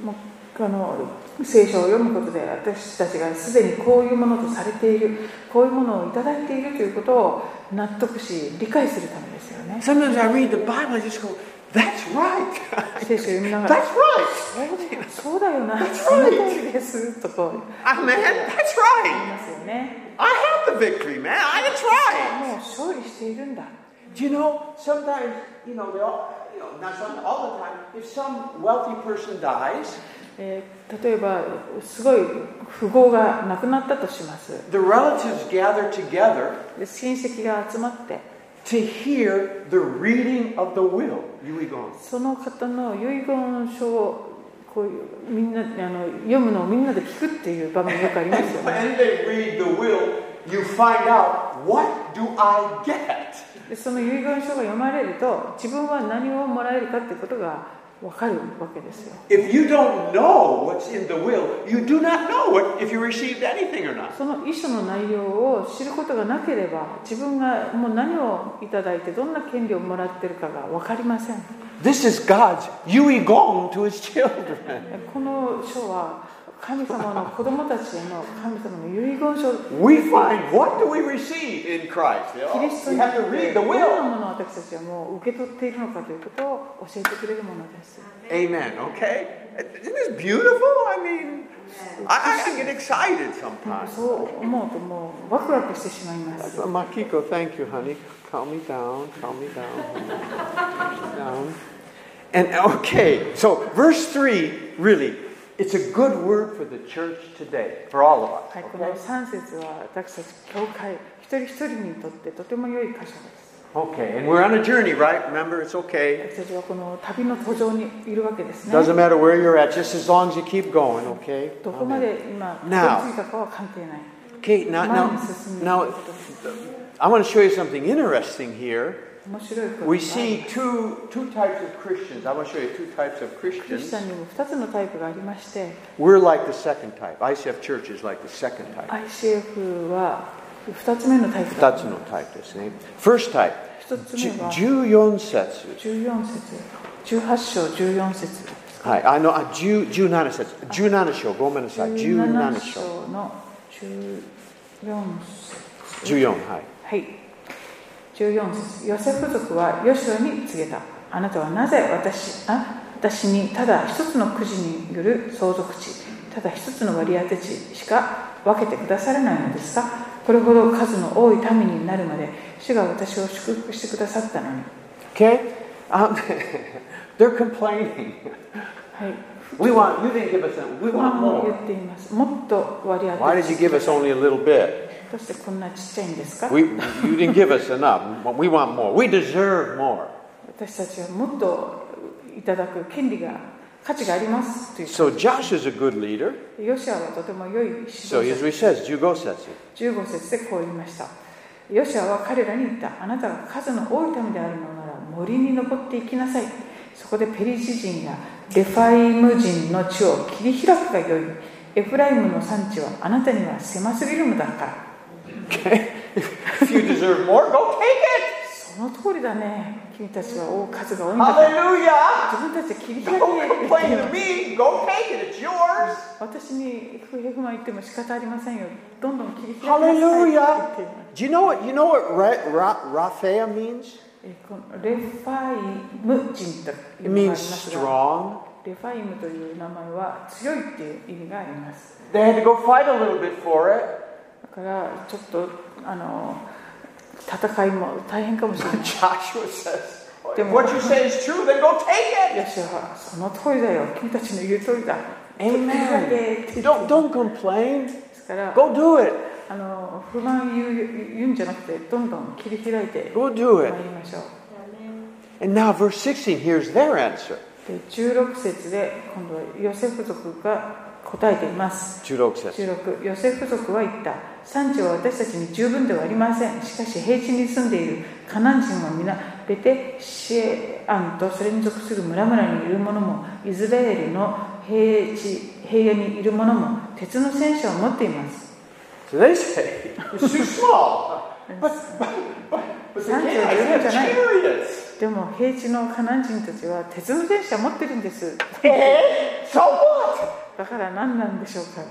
Speaker 2: もうこの聖書を読むことで私たちがすでにこういうものとされているこういうものをいただいているということを納得し理解するためですよね
Speaker 1: Sometimes I read the Bible, I just go, that's right.
Speaker 2: 聖書を読みながら
Speaker 1: That's right.
Speaker 2: そうだよそうだよな
Speaker 1: That's
Speaker 2: その通りですとこう
Speaker 1: Amen.
Speaker 2: あ
Speaker 1: That's right.
Speaker 2: りますよね
Speaker 1: I have the victory, man. I, that's right.
Speaker 2: もう勝利しているんだ
Speaker 1: Do you know, sometimes, you know, they all, you know, not some, all the time, if some wealthy person dies,
Speaker 2: えー例えばすごい富豪が亡くなったとします
Speaker 1: the relatives gather together
Speaker 2: で親戚が集まって
Speaker 1: to hear the reading of the will. You we go.
Speaker 2: その方の遺言書をこういうみんなあの読むのをみんなで聞くっていう場面よくありますよ
Speaker 1: And when
Speaker 2: ね
Speaker 1: they read the will, you find out, what do I get?
Speaker 2: でその遺言書が読まれると自分は何をもらえるかっていうことが分かるわけですよ
Speaker 1: If you don't know what's in the will, you do not know what, if you received anything or not.
Speaker 2: その遺書の内容を知ることがなければ自分がもう何をいただいてどんな権利をもらってるかが分かりません
Speaker 1: This is God's yui gong to his children.
Speaker 2: この書は神様の子供たちへの神様の遺言書
Speaker 1: We find what do we receive in Christ?
Speaker 2: キリスト
Speaker 1: We
Speaker 2: によ
Speaker 1: have
Speaker 2: っ
Speaker 1: to
Speaker 2: て
Speaker 1: read
Speaker 2: ど
Speaker 1: the
Speaker 2: んな
Speaker 1: will.
Speaker 2: ものを私たちはもう受け取っているのかということを教えてくれるものです。
Speaker 1: Amen. Okay. Isn't this beautiful? I mean, I, I, I get excited sometimes.
Speaker 2: そう思うともうワクワクしてしまいます。
Speaker 1: Makiko, thank you, honey. Calm me down. Calm me down. down. And okay, so verse three, really, it's a good word for the church today, for all of us.
Speaker 2: はい、こ
Speaker 1: okay?
Speaker 2: の3節は私たち教会一人一人にとってとても良い箇所です。
Speaker 1: Okay, and we're on a journey, right? Remember, it's okay.
Speaker 2: 私たちはこの旅の途上にいるわけですね。
Speaker 1: Doesn't matter where you're at, just as long as you keep going, okay?
Speaker 2: どこま
Speaker 1: Amen.
Speaker 2: で今、た
Speaker 1: Now
Speaker 2: どり着いたかは関係ない。
Speaker 1: Okay, now,
Speaker 2: 前
Speaker 1: now,
Speaker 2: に進んでいく
Speaker 1: now
Speaker 2: ことです。
Speaker 1: I want to show you something interesting here.
Speaker 2: 面白いこと
Speaker 1: We see two, two types of Christians. I want to show you two types of
Speaker 2: クリス
Speaker 1: Christians.
Speaker 2: チャンにも2つのタイプがありまして、
Speaker 1: We're like the second type. ICF Church is like the second type.
Speaker 2: ICF は2つ目のタイプだ。
Speaker 1: That's no type, this name. First type,
Speaker 2: 1つ
Speaker 1: Ju-
Speaker 2: 目は
Speaker 1: Juyon Setsu.
Speaker 2: 14節18章14節
Speaker 1: Hi, I know, uh, Ju, Junana Setsu. Junana Sho, go minasai.
Speaker 2: 17
Speaker 1: Junana Sho.
Speaker 2: 章の14節
Speaker 1: Juyon, hi.
Speaker 2: はい14節ヨセフ族はヨシュアに告げたあなたはなぜ私あ私にただ一つのくじによる相続地ただ一つの割り当て地しか分けてくださらないのですかこれほど数の多い民になるまで主が私を祝福してくださったのに
Speaker 1: Okay? Um, they're complaining.
Speaker 2: はい
Speaker 1: We want, you didn't give us that. We
Speaker 2: これ
Speaker 1: want
Speaker 2: も言
Speaker 1: more.
Speaker 2: っていますもっと割り当て
Speaker 1: Why did you give us only a little bit?
Speaker 2: どうしてこんなちっちゃいんですか
Speaker 1: We, you didn't give us enough. We want more. We deserve more.
Speaker 2: 私たちはもっといただく権利が価値がありますという
Speaker 1: So Josh is a good leader.
Speaker 2: ヨシアはとても良い指導
Speaker 1: So
Speaker 2: 者
Speaker 1: as we says, 15節
Speaker 2: 15節でこう言いました。ヨシアは彼らに言った。あなたが数の多い民であるのなら森に登っていきなさい。そこでペリシ人やレファイム人の地を切り開くがよい。エフライムの産地はあなたには狭すぎるのだから。
Speaker 1: If you deserve more, go take it.
Speaker 2: その通りだね。君たちは多数が多いんだから。
Speaker 1: Hallelujah.
Speaker 2: 自分たちで切り開け
Speaker 1: Don't complain to me. Go take it. It's yours.
Speaker 2: 私に不平不満言っても仕方ありませんよ。どんどん切り開きなさいって言
Speaker 1: Hallelujah.
Speaker 2: っています
Speaker 1: Do you know what you know what ra- ra- Raphea means?
Speaker 2: えーこのレファイム人と
Speaker 1: It
Speaker 2: いうのがありま
Speaker 1: means
Speaker 2: すが
Speaker 1: strong.
Speaker 2: レファイムという名前は強いっていう意味があります
Speaker 1: They had to go fight a little bit for it.
Speaker 2: だからちょっとあの戦いも大変かもしれない
Speaker 1: Joshua says,
Speaker 2: Then
Speaker 1: if what you say is true, then go take
Speaker 2: よしはその通りだよ君たちの言う通りだ
Speaker 1: Amen.
Speaker 2: で
Speaker 1: it. Don't, don't complain.
Speaker 2: すから
Speaker 1: Go do it.
Speaker 2: あの不満言う言うんじゃなくてどんどん切り開いて
Speaker 1: Go do
Speaker 2: まい
Speaker 1: it.
Speaker 2: りましょう
Speaker 1: And now, verse 16, here's their answer.
Speaker 2: で16節で今度はヨセフ族が答えています
Speaker 1: 16節
Speaker 2: 16ヨセフ族は言った産地は私たちに十分ではありませんしかし平地に住んでいるカナン人は皆ベテシエアンとそれに属する村々にいる者もイスラエルの平地平野にいる者も鉄の戦車を持っています
Speaker 1: So they say, it's too small. But, but, but, but the
Speaker 2: Sounds
Speaker 1: guys
Speaker 2: like
Speaker 1: have
Speaker 2: it's nice.
Speaker 1: chariots.
Speaker 2: でも平地のカナン人たちは鉄の戦車を持ってるんです
Speaker 1: Eh? So what?
Speaker 2: だから何なんでしょうか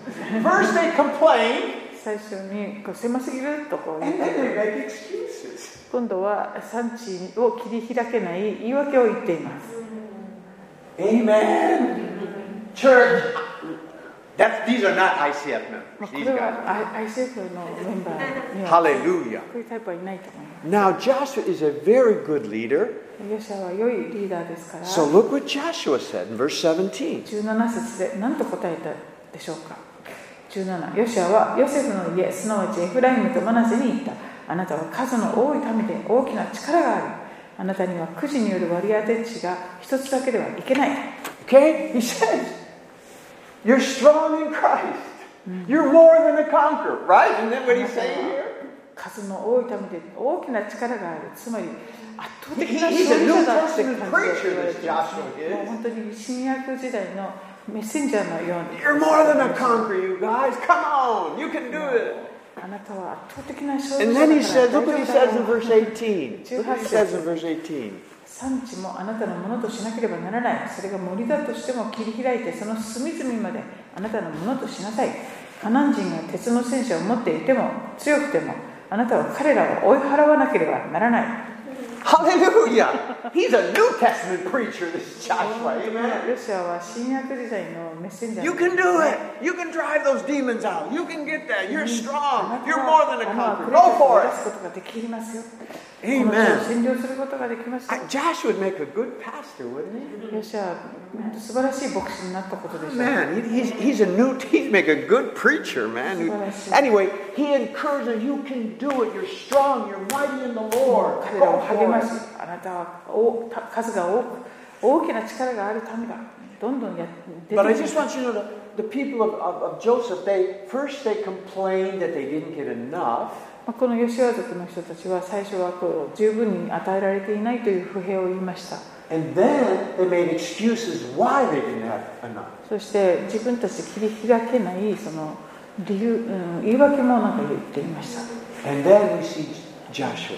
Speaker 1: First they complain,
Speaker 2: 最初にこう狭すぎるとこう言っ
Speaker 1: and
Speaker 2: た
Speaker 1: then they make excuses.
Speaker 2: 今度は産地を切り開けない言い訳を言っています
Speaker 1: Amen. Church, that's, these are not ICF
Speaker 2: まあ
Speaker 1: members.
Speaker 2: こ
Speaker 1: These
Speaker 2: れ
Speaker 1: guys.
Speaker 2: は I- ICF のメンバーには
Speaker 1: Hallelujah.
Speaker 2: こういうタイプはいないと思いま
Speaker 1: Now, Joshua is a very good leader.
Speaker 2: す。ヨシャは良いリーダーですから
Speaker 1: So look what Joshua said in verse 17.
Speaker 2: 17節で何と答えたでしょうか17ヨシャはヨセフの家すなわちエフライムとマナセに行ったあなたは数の多い民で大きな力があるあなたにはくじによる割り当て値が一つだけではいけない
Speaker 1: Okay? He says, You're strong in Christ. You're more than a conqueror, right? Isn't that what he's saying here?
Speaker 2: 数の多い民で大きな力があるつまり圧倒的
Speaker 1: He-
Speaker 2: な
Speaker 1: he's a
Speaker 2: 勝利
Speaker 1: New
Speaker 2: 者だって感
Speaker 1: Testament
Speaker 2: じを
Speaker 1: preacher,
Speaker 2: 言われ
Speaker 1: this
Speaker 2: てます
Speaker 1: Joshua
Speaker 2: ねもう
Speaker 1: is.
Speaker 2: 本当に新約時代のメッセンジャーのように
Speaker 1: You're more than a conqueror, you guys. Come on, you can do it.
Speaker 2: あなたは圧倒的な勝
Speaker 1: And
Speaker 2: 利者だ
Speaker 1: then he
Speaker 2: から
Speaker 1: says,
Speaker 2: 大
Speaker 1: look what
Speaker 2: 丈夫
Speaker 1: he
Speaker 2: だ
Speaker 1: says in verse 18.
Speaker 2: よ
Speaker 1: Look what he says in verse 18.
Speaker 2: 産地もあなたのものとしなければならないそれが森だとしても切り開いてその隅々まであなたのものとしなさいカナン人が鉄の戦車を持っていても強くてもあなたは彼らを追い払わなければならない
Speaker 1: Hallelujah! He's a New Testament preacher, this Joshua.
Speaker 2: ヨシアは新約時代のメッセンジャー
Speaker 1: You
Speaker 2: の
Speaker 1: can do it. You can drive those demons out. You can get there. You're
Speaker 2: あな
Speaker 1: strong.
Speaker 2: た
Speaker 1: You're
Speaker 2: は
Speaker 1: more than a
Speaker 2: あの
Speaker 1: conqueror. Go
Speaker 2: を
Speaker 1: for
Speaker 2: 出
Speaker 1: it.
Speaker 2: すことができますよ。
Speaker 1: Amen.
Speaker 2: この地を占領することができました。
Speaker 1: I- Josh would make a good pastor, wouldn't
Speaker 2: ヨシアは素晴らしい牧師になったことでし
Speaker 1: he?
Speaker 2: ょう。
Speaker 1: Man, he- he's, he's a new, he'd make a good preacher, man. Anyway, he encourages you can do it. You're strong. You're mighty in the Lord.
Speaker 2: 彼ら
Speaker 1: Go
Speaker 2: を励ま
Speaker 1: for
Speaker 2: し
Speaker 1: it.、
Speaker 2: あなたはおた数が多く、大きな力があるためだ。どんどんや出
Speaker 1: But I
Speaker 2: て
Speaker 1: just
Speaker 2: きま
Speaker 1: want you to know that the people of, of, of Joseph, they first they complained that they didn't get enough.
Speaker 2: あ、このヨシア族の人たちは最初はこう十分に与えられていないという不平を言いました。
Speaker 1: And then they made excuses why they didn't have enough.
Speaker 2: そして自分たちで切り開けないその理由、うん、言い訳もなんか言っていました。
Speaker 1: And then we see Joshua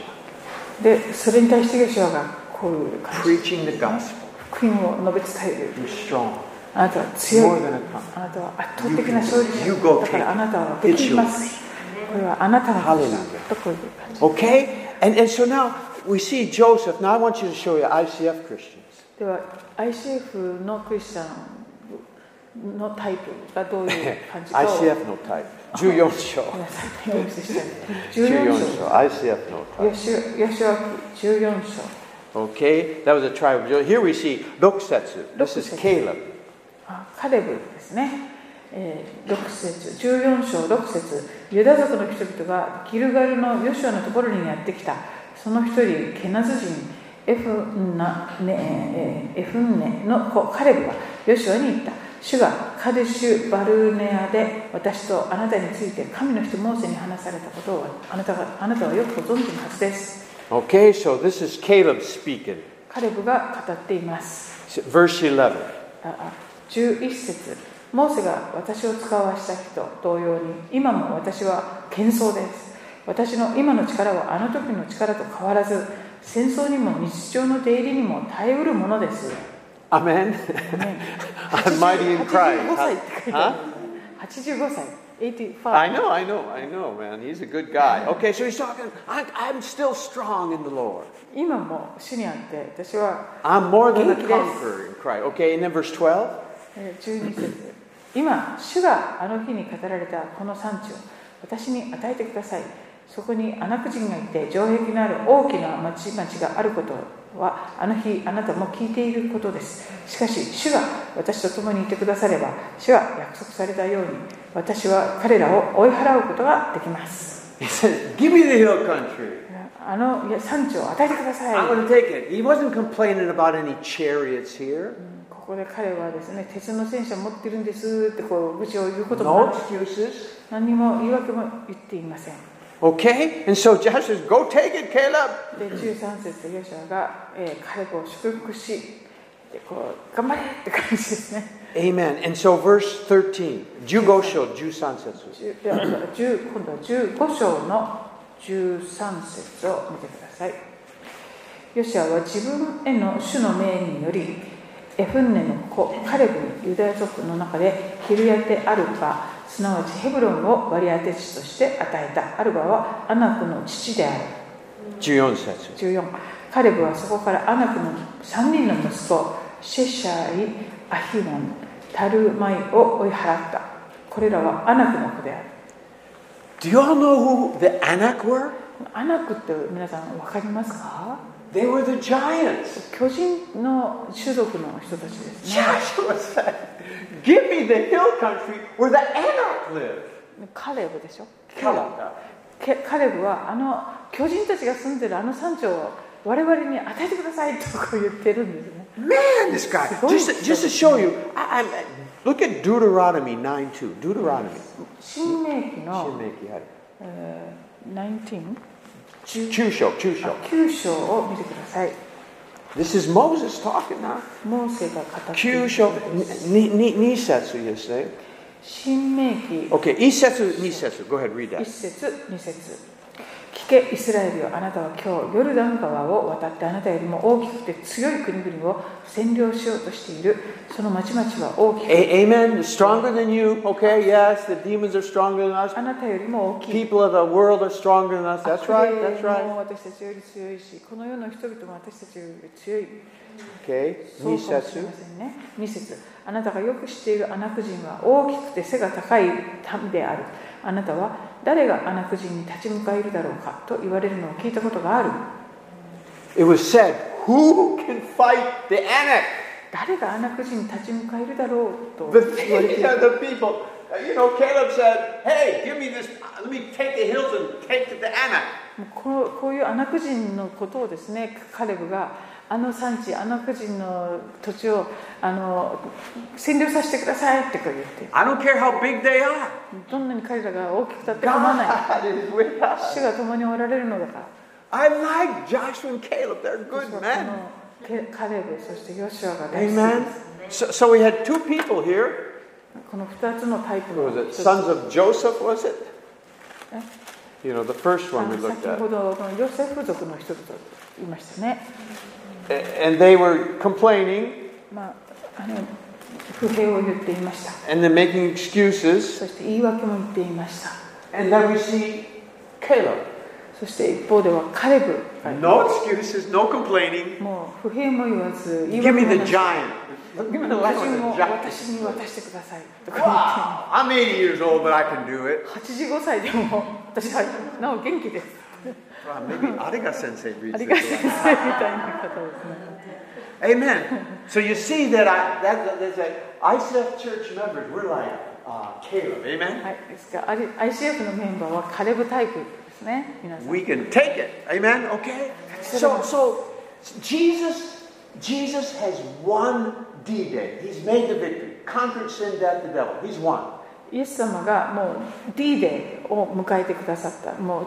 Speaker 2: でそれに対してヨシアがこういう感じ
Speaker 1: preaching the gospel.
Speaker 2: 福音を述べ伝える
Speaker 1: You're strong,
Speaker 2: あなたは
Speaker 1: more
Speaker 2: 強い
Speaker 1: than a conqueror.
Speaker 2: あなたは圧倒的な勝利
Speaker 1: You go
Speaker 2: 者
Speaker 1: take it.
Speaker 2: だからあなたはできます
Speaker 1: It's
Speaker 2: これはあなたのことだ
Speaker 1: Hallelujah.
Speaker 2: とこういう感じ
Speaker 1: Okay? And, and so now we see Joseph. Now I want you to show you ICF Christians.
Speaker 2: では ICF のクリスチャンのタイプがどういう感 じかを
Speaker 1: ICF no type. 14章。
Speaker 2: 皆さんにお見せしたい
Speaker 1: 14
Speaker 2: 14章
Speaker 1: 章。ICF no
Speaker 2: ヨ
Speaker 1: type.
Speaker 2: シュヨシュア記14章
Speaker 1: Okay? That was a tribe of Joseph. Here we see Loksetsu. This is
Speaker 2: Roksetsu.
Speaker 1: Caleb.
Speaker 2: あカレブですね、えー、6節14章6節ユダ族の人々がギルガルのヨシュアのところにやってきたその一人ケナズ人エフンナねえーエフンネの子カレブはヨシュアに言った主がカデシュ・バルネアで私とあなたについて神の人モーセに話されたことをあなたがあなたはよくご存知のはずです
Speaker 1: Okay, so this is Caleb speaking.
Speaker 2: カレブが語っています
Speaker 1: Verse 11.
Speaker 2: ああ11節モーセが私を使わした日と同様に今も私は喧騒です私の今の力はあの時の力と変わらず戦争にも日常の出入りにも耐えうるものです
Speaker 1: Amen.
Speaker 2: ね
Speaker 1: I'm mighty in Christ.
Speaker 2: 85歳って書いてある
Speaker 1: Huh?
Speaker 2: 85歳
Speaker 1: I
Speaker 2: 85
Speaker 1: know, I know, I know, man. He's a good guy. Okay, so he's talking, I, I'm still strong in the Lord.
Speaker 2: 今も主にあって私は
Speaker 1: I'm more than a
Speaker 2: Yes.
Speaker 1: conqueror in Christ. Okay, and then verse 12.
Speaker 2: えー12節今主があの日に語られたこの産地を私に与えてくださいそこにアナク人がいて城壁のある大きな町々があることはあの日あなたも聞いていることですしかし主が私と共にいてくだされば主は約束されたように私は彼らを追い払うことができます
Speaker 1: He says, Give me the hill country.
Speaker 2: あのいや産地を与えてください
Speaker 1: I'm going to take it. He wasn't complaining about any chariots here.
Speaker 2: ここで彼はですね、鉄の戦車持ってるんですってこう愚痴を言うことも
Speaker 1: No
Speaker 2: なく
Speaker 1: excuses.
Speaker 2: 何にも言い訳も言っていません。
Speaker 1: Okay, and so Josh says, Go take it, Caleb.
Speaker 2: で、13節でヨシュアが、えー彼を祝福し、でこう頑張れって感じですね。
Speaker 1: Amen. And so verse 13. Jugosho, Jusansetsu.
Speaker 2: 10では10今度は15章の13節を見てください。ヨシアは自分への主の命により、エフンネの子カレブにユダヤ族の中でヒルヤテアルバ、すなわちヘブロンを割り当て地として与えた。アルバはアナクの父である。
Speaker 1: Juyonsetsu.
Speaker 2: 14カレブはそこからアナクの3人の息子シェシャイアヒモンタルマイを追い払ったこれらはアナクの子である
Speaker 1: Do you all know who the Anak were?
Speaker 2: アナクって皆さん分かりますか
Speaker 1: They were the giants.
Speaker 2: 巨人の種族の人たちですね
Speaker 1: Joshua said, Give me the hill country where the Anak live.
Speaker 2: カレブでしょ
Speaker 1: Caleb.
Speaker 2: けカレブはあの巨人たちが住んでるあの山頂を我々に与えてくださいとこう言ってるんですね
Speaker 1: Man, this guy.
Speaker 2: It's going
Speaker 1: Just to,
Speaker 2: so-
Speaker 1: just to show you, I, I'm, look at Deuteronomy 9 2. Deuteronomy.
Speaker 2: 新明記の
Speaker 1: Shinmeki, hi.
Speaker 2: 19
Speaker 1: Chusho, Chusho.
Speaker 2: 9章を見てください
Speaker 1: This is Moses talking now.
Speaker 2: モーセが語っている
Speaker 1: Kyusho, ni, ni, Nisetsu, you say.
Speaker 2: 新明記
Speaker 1: Okay, Isetsu, Nisetsu. Go ahead, read
Speaker 2: 1
Speaker 1: that.
Speaker 2: 節2節聞けイスラエルよあなたは今日ヨルダン川を渡ってあなたよりも大きくて強い国々を占領しようとしているその町々は大きく
Speaker 1: A- amen. Stronger than you. Okay, yes, the demons are stronger than us.
Speaker 2: あなたよりも大きい
Speaker 1: People of the world are stronger than us.
Speaker 2: 悪
Speaker 1: That's right, that's
Speaker 2: 霊
Speaker 1: right.
Speaker 2: も私たちより強いしこの世の人々も私たちより強い
Speaker 1: Okay,
Speaker 2: そうかもしれ
Speaker 1: Nisetsu.
Speaker 2: ませんね。2節あなたがよく知っているアナク人は大きくて背が高い民である。あなたは誰がアナク人に立ち向かえるだろうかと言われるのを聞いたことがある。
Speaker 1: It was said, Who can fight the Anak?
Speaker 2: 誰がアナク人に立ち向かえるだろうと
Speaker 1: The
Speaker 2: 言われてい
Speaker 1: thing
Speaker 2: る。
Speaker 1: are the people. Uh, You know, Caleb said, "Hey, give me this. uh, Let me take the hills and take to the Anak."
Speaker 2: もうこのこういうアナク人のことをですね、カレブがあの産地、アナク人の土地をあの占領させてくださいってこう言って、
Speaker 1: I don't care how big they are.
Speaker 2: どんなに彼らが大きくたって構わない。
Speaker 1: is with us.
Speaker 2: 主が共におられるのだから。
Speaker 1: I like Joshua and Caleb. They're good
Speaker 2: この
Speaker 1: men.
Speaker 2: けカレブそしてヨシュアが大好き
Speaker 1: Amen. So, so we had two people here.
Speaker 2: この2つのタイプ
Speaker 1: Who
Speaker 2: の
Speaker 1: was
Speaker 2: 一
Speaker 1: it?
Speaker 2: つ
Speaker 1: Sons of Joseph, was it?
Speaker 2: Eh?
Speaker 1: You know, the first
Speaker 2: あ
Speaker 1: one we
Speaker 2: の
Speaker 1: looked
Speaker 2: 先
Speaker 1: at.
Speaker 2: ほどのヨセフ族の人々いましたね、
Speaker 1: A- And they were complaining
Speaker 2: まあ、あの不平を言っていました
Speaker 1: and then making excuses.
Speaker 2: そして言い訳も言っていました
Speaker 1: And then we see Caleb.
Speaker 2: そして一方ではカレブが
Speaker 1: No excuses, no complaining.
Speaker 2: もう不平も言わず言い
Speaker 1: Give
Speaker 2: 訳
Speaker 1: me
Speaker 2: も
Speaker 1: the
Speaker 2: なし
Speaker 1: giant.
Speaker 2: 私も私に渡してくださいとか
Speaker 1: Wow, Ah, I'm 80 years old, but I can do it.
Speaker 2: 言って85歳でも私はなお元気です
Speaker 1: Wow, Ah, maybe Ariga sensei
Speaker 2: あ
Speaker 1: reads
Speaker 2: りがと
Speaker 1: this.
Speaker 2: う先生みたいな方ですね
Speaker 1: Amen. So you see that I that, that there's a ICF church members, we're like uh, Caleb. Amen.
Speaker 2: はい、ですが、あり ICF のメンバーはカレブタイプですね、皆さん。
Speaker 1: We can take it. Amen. Okay. So so Jesus, Jesus has won D-Day. He's made the victory, conquered sin, death, the devil. He's won.
Speaker 2: イエス様がもう D デーを迎えてくださったもう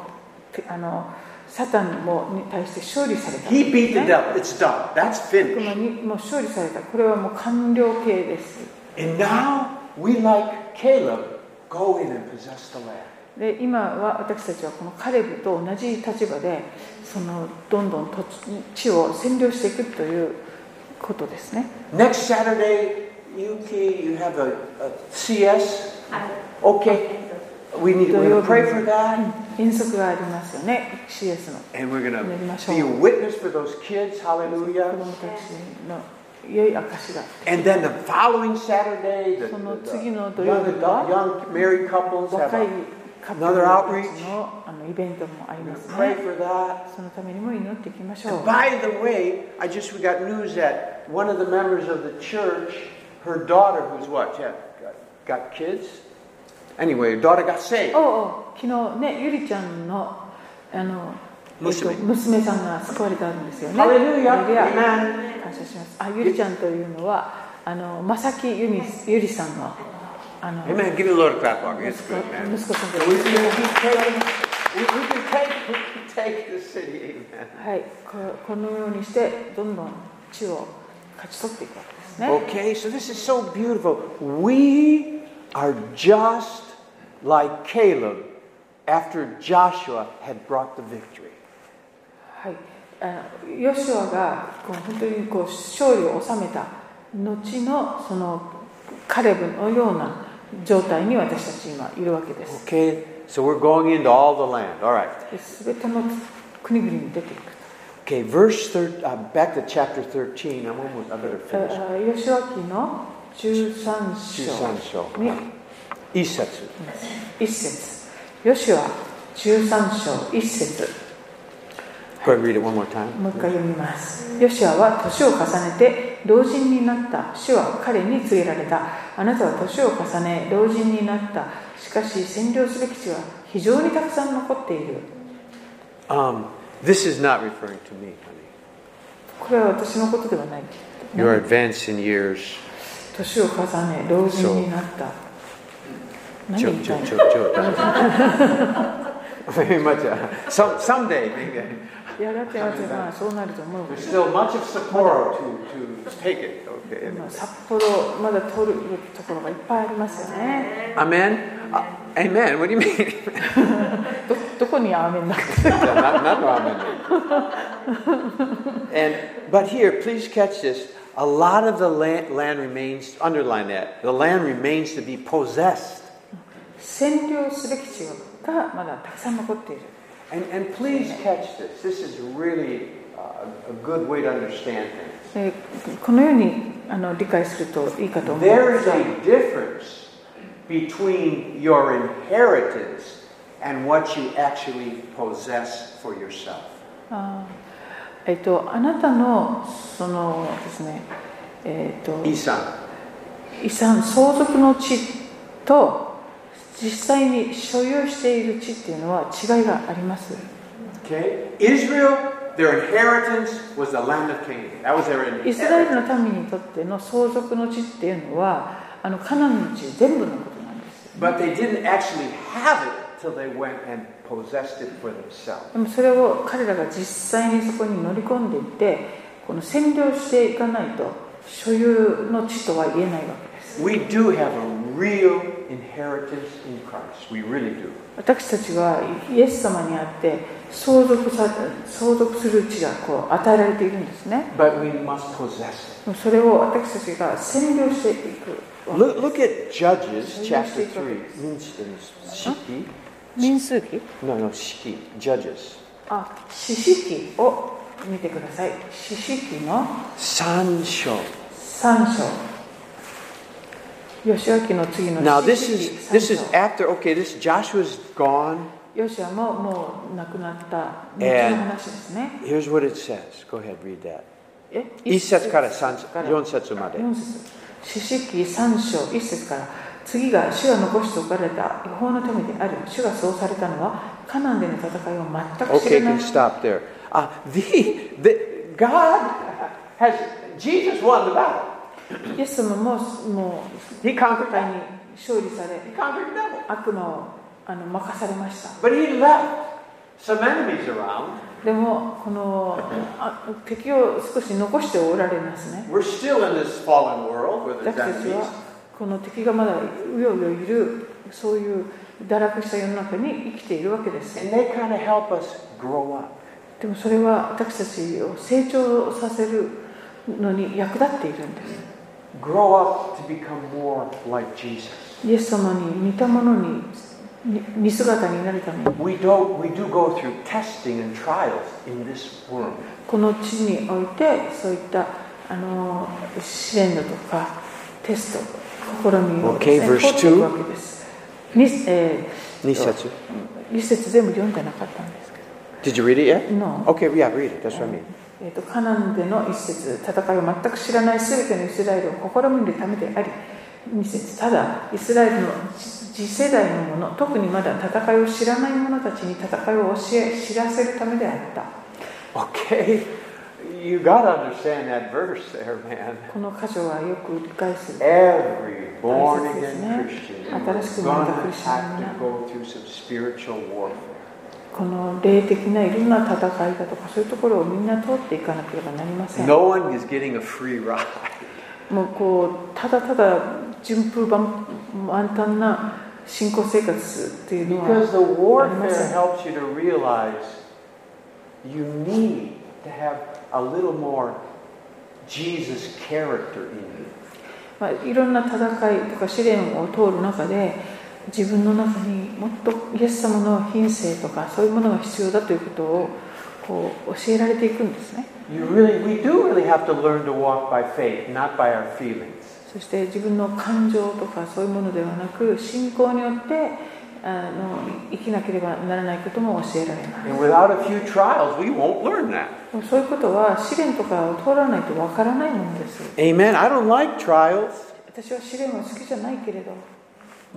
Speaker 2: てあのサタンもに対して勝利された
Speaker 1: He beat the
Speaker 2: ね
Speaker 1: devil. It's done. That's finished.
Speaker 2: 悪魔にもう勝利されたこれはもう完了形です
Speaker 1: And now we, like Caleb, go in and possess the land.
Speaker 2: で今は私たちはこのカレブと同じ立場でそのどんどん土地地を占領していくということですね
Speaker 1: Next Saturday, Yuki, you have a, a CS.
Speaker 3: はい。
Speaker 1: Okay. We need we're gonna pray for that.
Speaker 2: 遠足がありますよね CS の
Speaker 1: And we're
Speaker 2: Maybe
Speaker 1: gonna
Speaker 2: not sure.
Speaker 1: be a witness for those kids,
Speaker 2: 子
Speaker 1: hallelujah.
Speaker 2: 供たちの良い証が
Speaker 1: And then the following Saturday, the, the,
Speaker 2: その次の土曜日は
Speaker 1: the young, adult, young married couples
Speaker 2: 若
Speaker 1: have
Speaker 2: い
Speaker 1: a,
Speaker 2: カップ
Speaker 1: Another
Speaker 2: ル
Speaker 1: outreach.
Speaker 2: たちのあのイベントもあります
Speaker 1: pray
Speaker 2: ね
Speaker 1: for that.
Speaker 2: そのためにも祈っていきましょう
Speaker 1: And by the way, I just we got news that one of the members of the church, her daughter, who's what, yeah, got, got kids. Anyway, her daughter got saved.
Speaker 2: おうおう昨日ねゆりちゃんのあの
Speaker 1: 娘
Speaker 2: えっと娘さんが救われたんですよ
Speaker 1: Hallelujah.
Speaker 2: ねハレルヤ
Speaker 1: Amen.
Speaker 2: 感謝しますあゆりちゃんというのはあの正木ゆみゆりさんのあの
Speaker 1: Amen. Give it a little clap,
Speaker 2: 息
Speaker 1: Augie.
Speaker 2: 子
Speaker 1: It's good, man.
Speaker 2: 息子さん
Speaker 1: We, we,
Speaker 2: です
Speaker 1: we, take, we, we can take, we can take the city. Amen.
Speaker 2: はいここのようにしてどんどん地を勝ち取っていくわけですね
Speaker 1: Okay, so this is so beautiful. We are just like Caleb after Joshua had brought the victory.
Speaker 2: はい、あのヨシュアがこう本当にこう勝利を収めた後のそのカレブのような状態に私たち今いるわけです。
Speaker 1: Okay, so we're going into all the land. All right.
Speaker 2: すべての国々に出ていく
Speaker 1: Okay, verse thir- uh, back to chapter 13. I'm almost, I better
Speaker 2: と。あ
Speaker 1: finish.
Speaker 2: あヨシュア記の13
Speaker 1: 13
Speaker 2: 章
Speaker 1: 章
Speaker 2: に
Speaker 1: 一節。
Speaker 2: 1節ヨシュア13章1節
Speaker 1: Go ahead, read it one more time.
Speaker 2: もう一回読みます。ヨシュアは年を重ねて老人になった。主は彼に告げられた。あなたは年を重ね老人になった。しかし占領すべき地は非常にたくさん残っている。
Speaker 1: Um, this is not referring to me, honey.
Speaker 2: これは私のことではない。
Speaker 1: Your advance in years.
Speaker 2: 年を重ね老人になった。何
Speaker 1: Joke,
Speaker 2: 言いたい
Speaker 1: joke,
Speaker 2: の
Speaker 1: joke, joke. Very much. uh, some, someday, maybe.
Speaker 2: いやだって私はまあそうなると思うけ
Speaker 1: There's
Speaker 2: ど。
Speaker 1: still much of Sapporo to, to take it. Okay.
Speaker 2: まあ札幌まだ通るところがいっぱいありますよね。
Speaker 1: Amen. Uh, amen. What do you mean?
Speaker 2: どどこにアーメンだっ け
Speaker 1: Yeah, not, not ramen. and but here, please catch this. A lot of the land, land remains. Underline that. The land remains to be possessed.
Speaker 2: 占領すべき地がまだたくさん残っている。
Speaker 1: And and please catch this. This is really uh, a good way to understand things.
Speaker 2: えーこのようにあの理解するといいかと思いま
Speaker 1: There is
Speaker 2: す。
Speaker 1: a difference between your inheritance and what you actually possess for yourself.
Speaker 2: あーえっとあなたのそのですね、えっと
Speaker 1: Isan.
Speaker 2: 遺産相続の地と実際に所有している地っていうのは違いがあります。
Speaker 1: Okay? Israel, their inheritance was the land of Canaan. That was their
Speaker 2: イスラエ
Speaker 1: inheritance.
Speaker 2: ルの民にとっての相続の地っていうのはあのカナンの地全部のことなんです。
Speaker 1: But they didn't actually have it till they went and possessed it for themselves.
Speaker 2: でもそれを彼らが実際にそこに乗り込んでいってこの占領していかないと所有の地とは言えないわけです。
Speaker 1: We do have a real inheritance in Christ. We really do.
Speaker 2: 私たちはイエス様にあって相続さ相続するうちがこう与えられているんですね
Speaker 1: But we must possess it.
Speaker 2: それを私たちが占領していく
Speaker 1: Look, look at Judges chapter 3. Shiki.
Speaker 2: 民数記
Speaker 1: No, no, Shiki. Judges.
Speaker 2: あ四式記を見てください四式記の
Speaker 1: Sancho.
Speaker 2: 3章吉明の次の
Speaker 1: Now
Speaker 2: 四
Speaker 1: this
Speaker 2: 式記
Speaker 1: is this is
Speaker 2: 三章
Speaker 1: after okay, this Joshua's gone.
Speaker 2: ヨシアももう亡くなった後
Speaker 1: And-
Speaker 2: の話ですね
Speaker 1: Here's what it says. Go ahead, read that.
Speaker 2: え
Speaker 1: 1節から3
Speaker 2: から
Speaker 1: 節4節まで。
Speaker 2: 4節四式三章1節から次が主が残しておかれた違法の民である主がそうされたのはカナンでの戦いを全く知
Speaker 1: Okay,
Speaker 2: ら
Speaker 1: you
Speaker 2: ない
Speaker 1: can stop there. Uh, the, the, God has, Jesus won the battle.
Speaker 2: イエス様ももう
Speaker 1: He conquered
Speaker 2: 戦い
Speaker 1: that.
Speaker 2: に勝利され
Speaker 1: He conquered the devil.
Speaker 2: 悪魔をあの任されました
Speaker 1: But he left some enemies around.
Speaker 2: でもこのあ敵を少し残しておられますね
Speaker 1: We're still in this fallen world where
Speaker 2: 私
Speaker 1: there's
Speaker 2: たち
Speaker 1: enemies.
Speaker 2: はこの敵がまだうようよいるそういう堕落した世の中に生きているわけです
Speaker 1: And they kind of help us grow up.
Speaker 2: でもそれは私たちを成長させるのに役立っているんです
Speaker 1: Grow up to become more like Jesus.
Speaker 2: イエス様に似たものにに似姿になるために
Speaker 1: We do, we do go through testing and trials in this world.
Speaker 2: この地においてそういったあの試練だとかテスト試みを
Speaker 1: Okay,
Speaker 2: ですね
Speaker 1: verse
Speaker 2: 通っていくわけですに、えー、一節全部読んでなかったんですけ
Speaker 1: Did you read it yet?
Speaker 2: ど No
Speaker 1: Okay, yeah, read it. That's what I mean.
Speaker 2: えー、とカナンでの一節戦いを全く知らない全てのイスラエルを試みるためであり二節ただイスラエルの次世代の者特にまだ戦いを知らない者たちに戦いを教え知らせるためであった
Speaker 1: Okay, you got to understand that verse there, man.
Speaker 2: この箇所はよく理解する
Speaker 1: Every born again
Speaker 2: 大切ですね。
Speaker 1: Christian is
Speaker 2: 新しく生まれた
Speaker 1: going to
Speaker 2: クリスチ
Speaker 1: have
Speaker 2: ャンは
Speaker 1: to go through some spiritual warfare.
Speaker 2: この霊的ないろんな戦いだとかそういうところをみんな通っていかなければなりません
Speaker 1: No one is getting a free ride.
Speaker 2: もうこうただただ順風満帆な信仰生活っていうのは
Speaker 1: Because the warfare
Speaker 2: Yes.
Speaker 1: helps you to realize you need to have a little more Jesus character in you.
Speaker 2: まあ、いろんな戦いとか試練を通る中で自分の中にもっとイエス様の品性とかそういうものが必要だということをこう教えられていくんですね
Speaker 1: You really, we do really have to learn to walk by faith, not by our feelings.
Speaker 2: そして自分の感情とかそういうものではなく信仰によってあの生きなければならないことも教えられま
Speaker 1: And without a few trials, we won't learn that.
Speaker 2: すそういうことは試練とかを通らないとわからないものです
Speaker 1: Amen. I don't like trials.
Speaker 2: 私は試練は好きじゃないけれど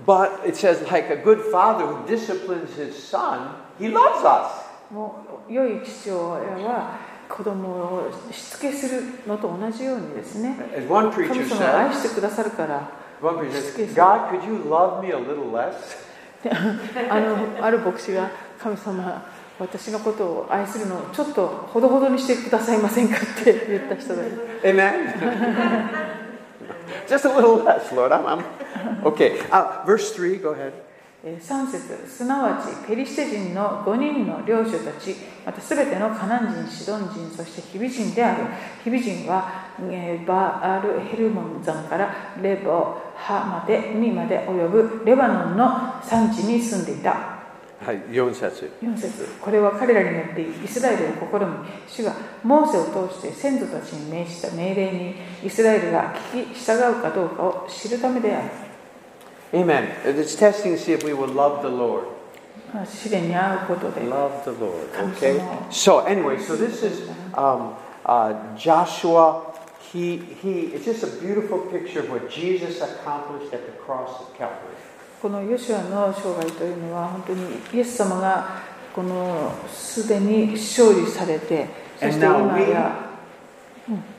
Speaker 1: But it says, like a good father who disciplines his son, he loves us.
Speaker 2: もう良い父親は子供をしつけするのと同じようにですね
Speaker 1: As one
Speaker 2: 神
Speaker 1: preacher
Speaker 2: 様が
Speaker 1: said,
Speaker 2: 愛してくださるから
Speaker 1: one preacher said, God, could you love me a little less?
Speaker 2: あのある牧師が神様私のことを愛するのをちょっとほどほどにしてくださいませんかって言った人がいる
Speaker 1: Amen. Just a little less, Lord. I'm, I'm okay. Uh, verse three. Go ahead.
Speaker 2: えー3節すなわちペリシテ人の5人の領主たちまたすべてのカナン人シドン人そしてヒビ人であるヒビ人は、えーバールヘルモン山からレボハまでにまで及ぶレバノンの産地に住んでいた
Speaker 1: Hi, Yon Setsu.
Speaker 2: 4節これは彼らによってイスラエルを試み主がモーセを通して先祖たちに命じた命令にイスラエルが聞き従うかどうかを知るためである
Speaker 1: Amen. It's testing to see if we will love the Lord.
Speaker 2: まあ試練に遭うことで
Speaker 1: Love the Lord.
Speaker 2: Come
Speaker 1: Okay.
Speaker 2: on.
Speaker 1: So anyway, so this is um, uh, Joshua. He he. It's just a beautiful picture of what Jesus accomplished at the cross of Calvary.
Speaker 2: このヨシュアの生涯というのは本当にイエス様がこのすでに勝利されてそして
Speaker 1: And now
Speaker 2: 今
Speaker 1: we-
Speaker 2: や、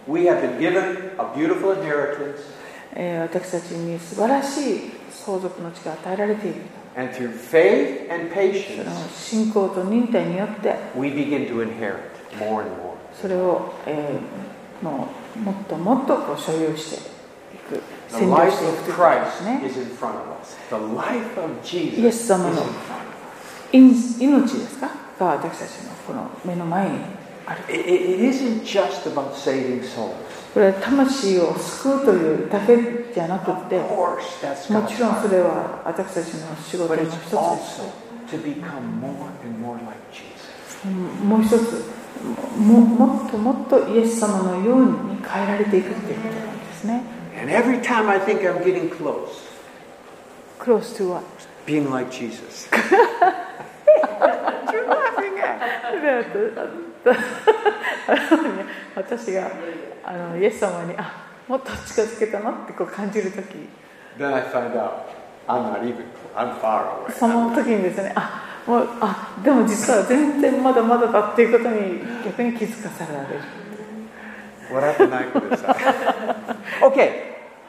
Speaker 1: We have been given a beautiful inheritance,
Speaker 2: えー私たちに素晴らしい相続の地が与えられている
Speaker 1: and through faith and
Speaker 2: そ
Speaker 1: patience,
Speaker 2: の信仰と忍耐によって
Speaker 1: we begin to inherit more and more.
Speaker 2: それを、えーもうもっともっとこう所有していく
Speaker 1: The
Speaker 2: 占領
Speaker 1: life
Speaker 2: してい
Speaker 1: of
Speaker 2: くということです
Speaker 1: Christ
Speaker 2: ね
Speaker 1: is in front of us. The life of Jesus
Speaker 2: Yes,
Speaker 1: is in
Speaker 2: someone.
Speaker 1: front of us.
Speaker 2: い命ですかが私たちのこの目の前にある
Speaker 1: It, it- it isn't just about saving souls.
Speaker 2: これは魂を救うというだけじゃなく
Speaker 1: Of
Speaker 2: て
Speaker 1: course, that's
Speaker 2: も
Speaker 1: God's
Speaker 2: ちろんそ
Speaker 1: heart.
Speaker 2: れは私たちの仕事
Speaker 1: But
Speaker 2: の一
Speaker 1: it's
Speaker 2: つ
Speaker 1: also to become more and more like Jesus.
Speaker 2: ですもう一つももっともっとイエス様のように変えられていくっていうことなんですね
Speaker 1: And every time I think I'm getting close,
Speaker 2: Close to what?
Speaker 1: being like Jesus.
Speaker 2: 私があのイエス様にあもっと近づけたなってこう感じる時
Speaker 1: Then I find out I'm not even close. I'm far away.
Speaker 2: その時にですねあもうあでも実は全然まだまだだっていうことに逆に気づかされる
Speaker 1: okay.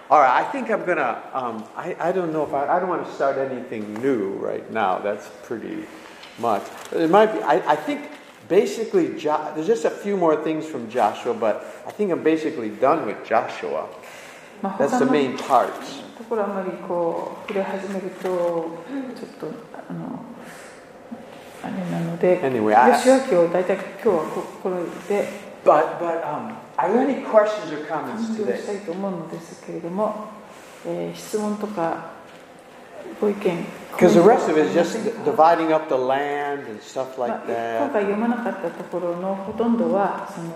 Speaker 1: All right. I think I'm gonna. Um, I, I don't know if I, I don't want to start anything new right now. That's pretty much. It might be. I, I think basically jo- there's just a few more things from Joshua, but I think I'm basically done with Joshua.
Speaker 2: まあ、
Speaker 1: That's
Speaker 2: 他
Speaker 1: the
Speaker 2: の
Speaker 1: main parts.
Speaker 2: ところあんまりこう触れ始めるとちょっとあのあれなので
Speaker 1: Anyway, I-
Speaker 2: 吉脇を大体今日はここれで
Speaker 1: But but um, are there any questions or comments
Speaker 2: 完了し
Speaker 1: today?
Speaker 2: たいと思うのですけれども、えー質問とかご意見
Speaker 1: Because the rest of it is
Speaker 2: コ
Speaker 1: just
Speaker 2: メントとか
Speaker 1: dividing up the land and stuff
Speaker 2: まあ
Speaker 1: like
Speaker 2: 今
Speaker 1: that.
Speaker 2: 回読まなかったところのほとんどはその、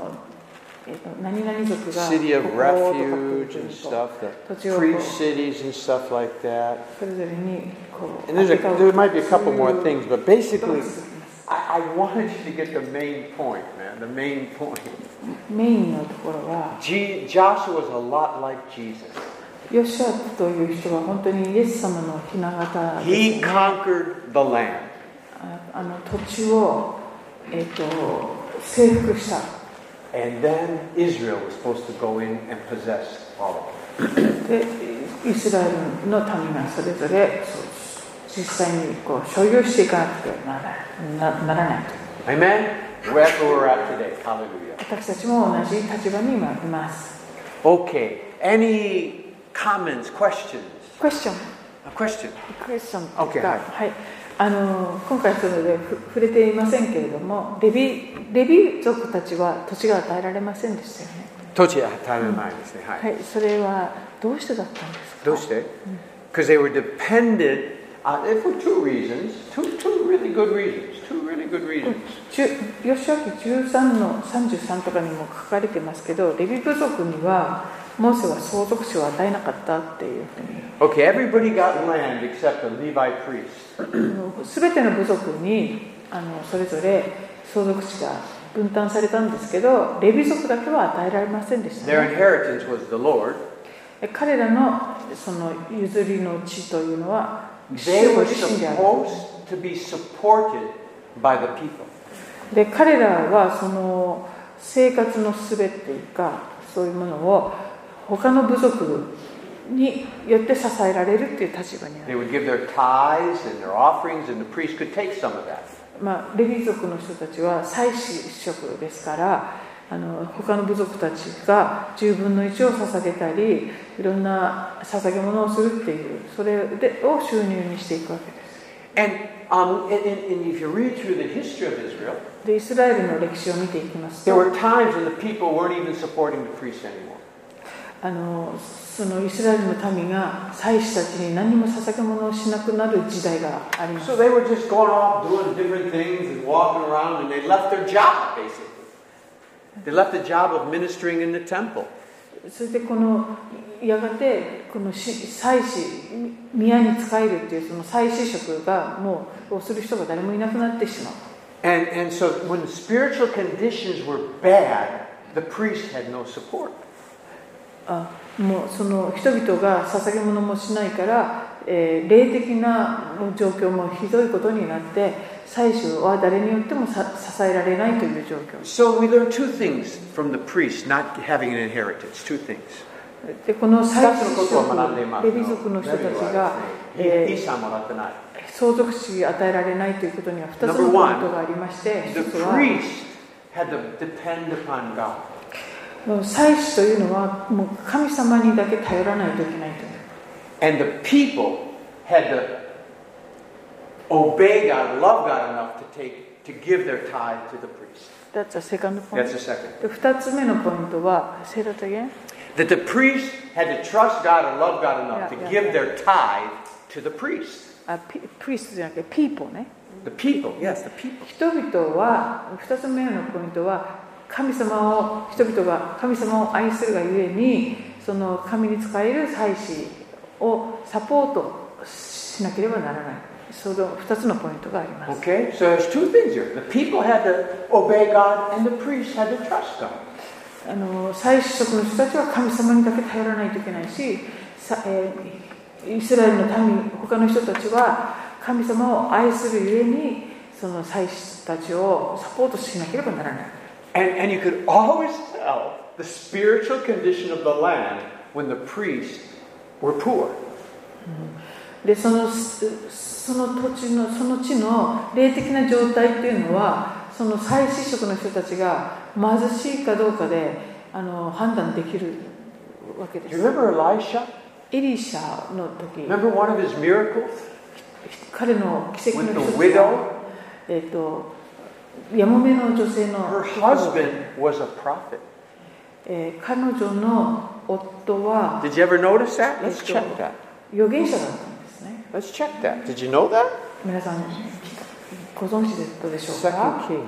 Speaker 2: えーと何々族が
Speaker 1: City of
Speaker 2: こことかこことか
Speaker 1: refuge and stuff. The
Speaker 2: 土地をこ
Speaker 1: free
Speaker 2: う
Speaker 1: cities and stuff like that.
Speaker 2: それぞれにこう
Speaker 1: And there's a,
Speaker 2: 当てた
Speaker 1: there might be a couple more
Speaker 2: そういう
Speaker 1: things, but
Speaker 2: ことが
Speaker 1: basically,
Speaker 2: 続きます
Speaker 1: I, I wanted you to get the main point, man. The main point.
Speaker 2: メインのところは
Speaker 1: Je- Joshua was a lot like Jesus.
Speaker 2: ヨシュアという人は本当にイエス様の雛形です
Speaker 1: He
Speaker 2: ね
Speaker 1: conquered the land.
Speaker 2: ああの土地を、えー、と征服した
Speaker 1: And then Israel was supposed to go in and possess all of it.
Speaker 2: でイスラエルの民がそれぞれそう実際にこう所有していかなくてはならなならないと
Speaker 1: Amen? That's where we're at today. Hallelujah.
Speaker 2: 私たちも同じ立場に今います
Speaker 1: Okay. Any comments, questions?
Speaker 2: クエスチョン
Speaker 1: A question?
Speaker 2: クエスチョンとい
Speaker 1: Okay,
Speaker 2: うか、
Speaker 1: はい
Speaker 2: はいあの今回それでふ触れていませんけれどもレビレビ族たちは土地が与えられませんでしたよね
Speaker 1: 土地与えられないですね。はい。
Speaker 2: はい、それはどうしてだったんですか
Speaker 1: Because they were dependent on, and for two reasons, two, two really good reasons, two really good reasons.
Speaker 2: 10ヨシュア記13の33とかにも書かれてますけどレビ部族にはモーセは相続地を与えなかったっていう
Speaker 1: Okay, everybody got land except the Levi priest.
Speaker 2: ふうにあの全ての部族にあのそれぞれ相続地が分担されたんですけどレビ族だけは与えられませんでした、
Speaker 1: Their
Speaker 2: ね、
Speaker 1: inheritance was the Lord.
Speaker 2: 彼らのその譲りの地というのは
Speaker 1: They
Speaker 2: 主
Speaker 1: were
Speaker 2: ご自身である
Speaker 1: supposed to be supported by the people.
Speaker 2: で彼らはその生活のすべっていうかそういうものを他の部族によって支えられるっていう立場にあ
Speaker 1: They would
Speaker 2: る、
Speaker 1: give their tithes and their offerings, and the priest could take some of that.
Speaker 2: まあ、レビ族の人たちは祭祀職ですからあの他の部族たちが10分の1を捧げたりいろんな捧げ物をするっていうそれでを収入にしていくわけです
Speaker 1: And, um, and, and, and if you read through the history of Israel,
Speaker 2: でイスラエルの歴史を見ていきます
Speaker 1: there
Speaker 2: と
Speaker 1: were times when the people weren't even supporting the priests anymore.
Speaker 2: あのそのイスラエルの民が祭司たちに何も捧げ物をしなくなる時代があります
Speaker 1: So they were just going off doing different things and walking around, and they left their job, basically. They left the job of ministering in the temple.
Speaker 2: それでこのやがてこのし祭司宮に仕えるっていうその祭司職がもうをする人が誰もいなくなってしまう
Speaker 1: And, and so when spiritual conditions were bad, the priests had no support.
Speaker 2: あもうその人々が捧げ物もしないから、えー霊的な状況もひどいことになって祭司は誰によってもさ支えられないという状況
Speaker 1: So we learn two things from the priests not having an inheritance. Two things.
Speaker 2: でこの祭
Speaker 1: 二つ
Speaker 2: 司
Speaker 1: のことを学んでいま
Speaker 2: 職
Speaker 1: す
Speaker 2: レビ族の人たちが、
Speaker 1: レビはですね遺遺
Speaker 2: え
Speaker 1: 産もらってない。
Speaker 2: ー相続地が与えられないということには2つの
Speaker 1: Number
Speaker 2: ポイン
Speaker 1: one,
Speaker 2: トがありまして
Speaker 1: The
Speaker 2: 1つは
Speaker 1: priest had to depend upon God.
Speaker 2: もう祭司というのはもう神様にだけ頼らないといけないという
Speaker 1: And the people had to obey God, love God enough to take to give their tithe to the priest.
Speaker 2: That's a second point
Speaker 1: That's the second.
Speaker 2: で2つ目のポイントは Say that again
Speaker 1: That the priest had to trust God and love God enough
Speaker 2: Yeah,
Speaker 1: to
Speaker 2: yeah,
Speaker 1: give
Speaker 2: yeah.
Speaker 1: their tithe to the priest.
Speaker 2: あピプリストじゃなくて people ね
Speaker 1: The people, yes, the people.
Speaker 2: 人々は2つ目のポイントは神様を人々が神様を愛するがゆえにその神に仕える祭司をサポートしなければならないその2つのポイントがあります
Speaker 1: Okay, so there's two things here. The people had to obey God, and the priest had to trust God.
Speaker 2: あの祭司職の人たちは神様にだけ頼らないといけないしさ、えーイスラエルの民他の人たちは神様を愛するゆえにその祭司たちをサポートしなければならない
Speaker 1: And, and you could always tell the spiritual condition of the land when the priests were poor.
Speaker 2: でそのすその土地のその地の霊的な状態っていうのはその再司職の人たちが貧しいかどうかであの判断できるわけで
Speaker 1: Do
Speaker 2: す
Speaker 1: you remember Elisha?
Speaker 2: エリシャの時
Speaker 1: Remember one of his miracles?
Speaker 2: 彼の奇跡
Speaker 1: With
Speaker 2: の
Speaker 1: the
Speaker 2: 一つが
Speaker 1: widow?
Speaker 2: えっ、とやもめの女性の
Speaker 1: Her husband was a prophet.
Speaker 2: えー彼女の夫は
Speaker 1: Did you ever notice that?
Speaker 2: Let's
Speaker 1: Let's check
Speaker 2: go.
Speaker 1: that.
Speaker 2: 預言者だったんですね
Speaker 1: Let's check that. Did you know that?
Speaker 2: 皆さんご存知だったでしょう
Speaker 1: Second
Speaker 2: か
Speaker 1: Kings.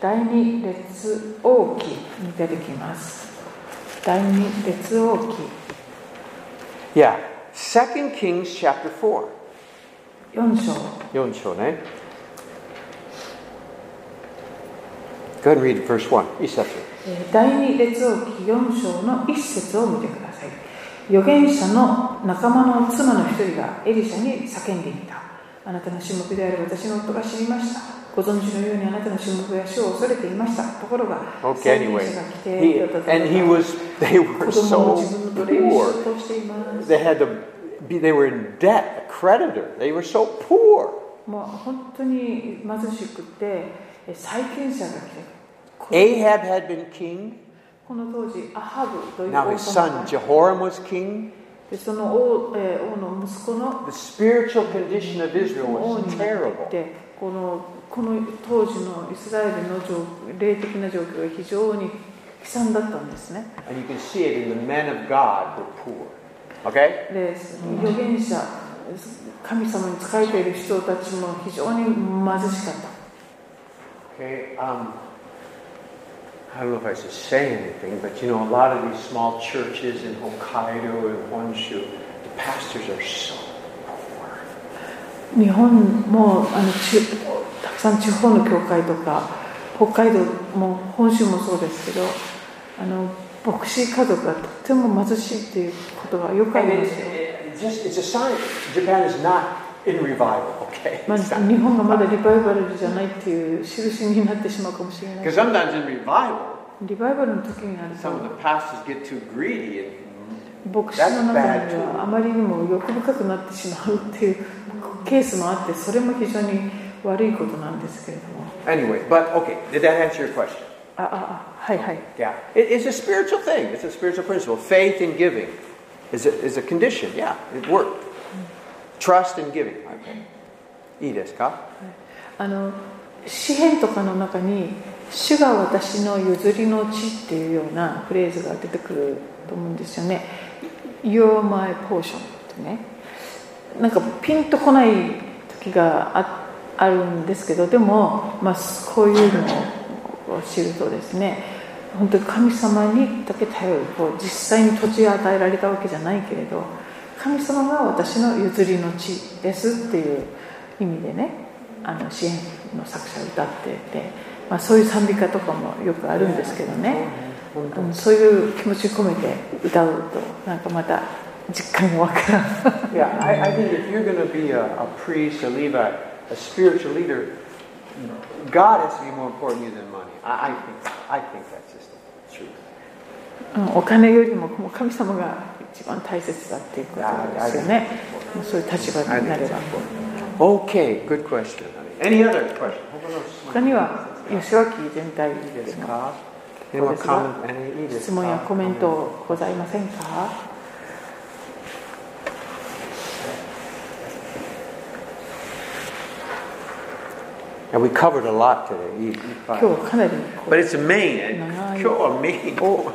Speaker 2: 第二列王記に出てきます第二列王記
Speaker 1: Yeah. Second Kings chapter 4.
Speaker 2: 4章
Speaker 1: 4章ね。Go ahead and read verse 1. 一節。
Speaker 2: えー第二列王記4章の一節を見てください預言者の仲間の妻の一人がエリシャに叫んでいたあなたの種目である私の夫が知りましたご存知のようにあなたの種目や主を恐れていましたところが
Speaker 1: Okay,
Speaker 2: 者
Speaker 1: anyway.
Speaker 2: が来
Speaker 1: He,
Speaker 2: て
Speaker 1: and he was, they
Speaker 2: 子
Speaker 1: were
Speaker 2: 供も
Speaker 1: so
Speaker 2: 自分の奴隷にしよ
Speaker 1: poor.
Speaker 2: うとしています
Speaker 1: They had to be, they were in debt, a creditor. They were so poor.
Speaker 2: もう本当に貧しくてえ債権者が来てこ
Speaker 1: Ahab had been king.
Speaker 2: この当時アハブという王
Speaker 1: Now his son
Speaker 2: 様が
Speaker 1: Jehoram was king.
Speaker 2: でその王,、えー王の息子の
Speaker 1: The spiritual condition of Israel
Speaker 2: 王
Speaker 1: was
Speaker 2: になってい
Speaker 1: terrible.
Speaker 2: てこのこの当時のイスラエルの状霊的な状況が非常に悲惨だったんですね
Speaker 1: And you can see it in the men of God were poor. Okay?
Speaker 2: で預言者神様に仕えている人たちも非常に貧しかった
Speaker 1: Okay. Um, I don't know if I should say anything, but you know, a lot of these small churches in Hokkaido and Honshu, the pastors are so poor.
Speaker 2: 日本もあのちたくさん地方の教会とか北海道も本州もそうですけどあの牧師家族がとっても貧しいっていうことがよくあ
Speaker 1: And
Speaker 2: りま
Speaker 1: it's,
Speaker 2: すよ、
Speaker 1: it's just, it's a sign Japan is not in revival, okay?
Speaker 2: まあ、日本がまだリバイバルじゃないっていう印になってしまうかもしれない
Speaker 1: Because sometimes in revival,
Speaker 2: リバイバルの時になる
Speaker 1: some of
Speaker 2: と
Speaker 1: the pastors get too greedy and
Speaker 2: 牧師の中
Speaker 1: That's bad
Speaker 2: に
Speaker 1: too.
Speaker 2: はあまりにも欲深くなってしまうっていうケースもあってそれも非常に悪いことなんですけれども
Speaker 1: Anyway, but okay, did that answer your question?
Speaker 2: あああはいはい
Speaker 1: Yeah. It, it's a spiritual thing, it's a spiritual principle. Faith and giving is a, is a condition. Yeah, it worked. Trust and giving. Okay. いいですか?
Speaker 2: あの詩篇とかの中に「主が私の譲りの地」っていうようなフレーズが出てくると思うんですよね「You're my portion」ってねなんかピンとこない時がああるんですけどでも、まあ、こういうのを知るとですね本当に神様にだけ頼るこう実際に土地を与えられたわけじゃないけれど神様が私の譲りの地ですっていう意味でねあの支援の作者が歌っていて、まあ、そういう賛美歌とかもよくあるんですけどね、うんそういう気持ち込めて歌うとなんかまた実感がわからん
Speaker 1: Yeah, I, I think if you're going to be a, a priest, a Levite, a spiritual leader, God has to be more important to you than money. I, I think I think that's just the truth.
Speaker 2: うんお金よりももう神様が一番大切だっていうことですよねもうそういう立場
Speaker 1: I
Speaker 2: にな
Speaker 1: think
Speaker 2: れ
Speaker 1: it's
Speaker 2: ば
Speaker 1: important. Okay, good question. Any other questions?
Speaker 2: 他には吉脇全体ですが
Speaker 1: Any more comment? Any いいですか？
Speaker 2: 質問やコメントございませんか
Speaker 1: And we covered a lot today. You- you
Speaker 2: 今
Speaker 1: find-
Speaker 2: 日はかなり
Speaker 1: But it's a main. It's
Speaker 2: Nice.
Speaker 1: a main.
Speaker 2: お大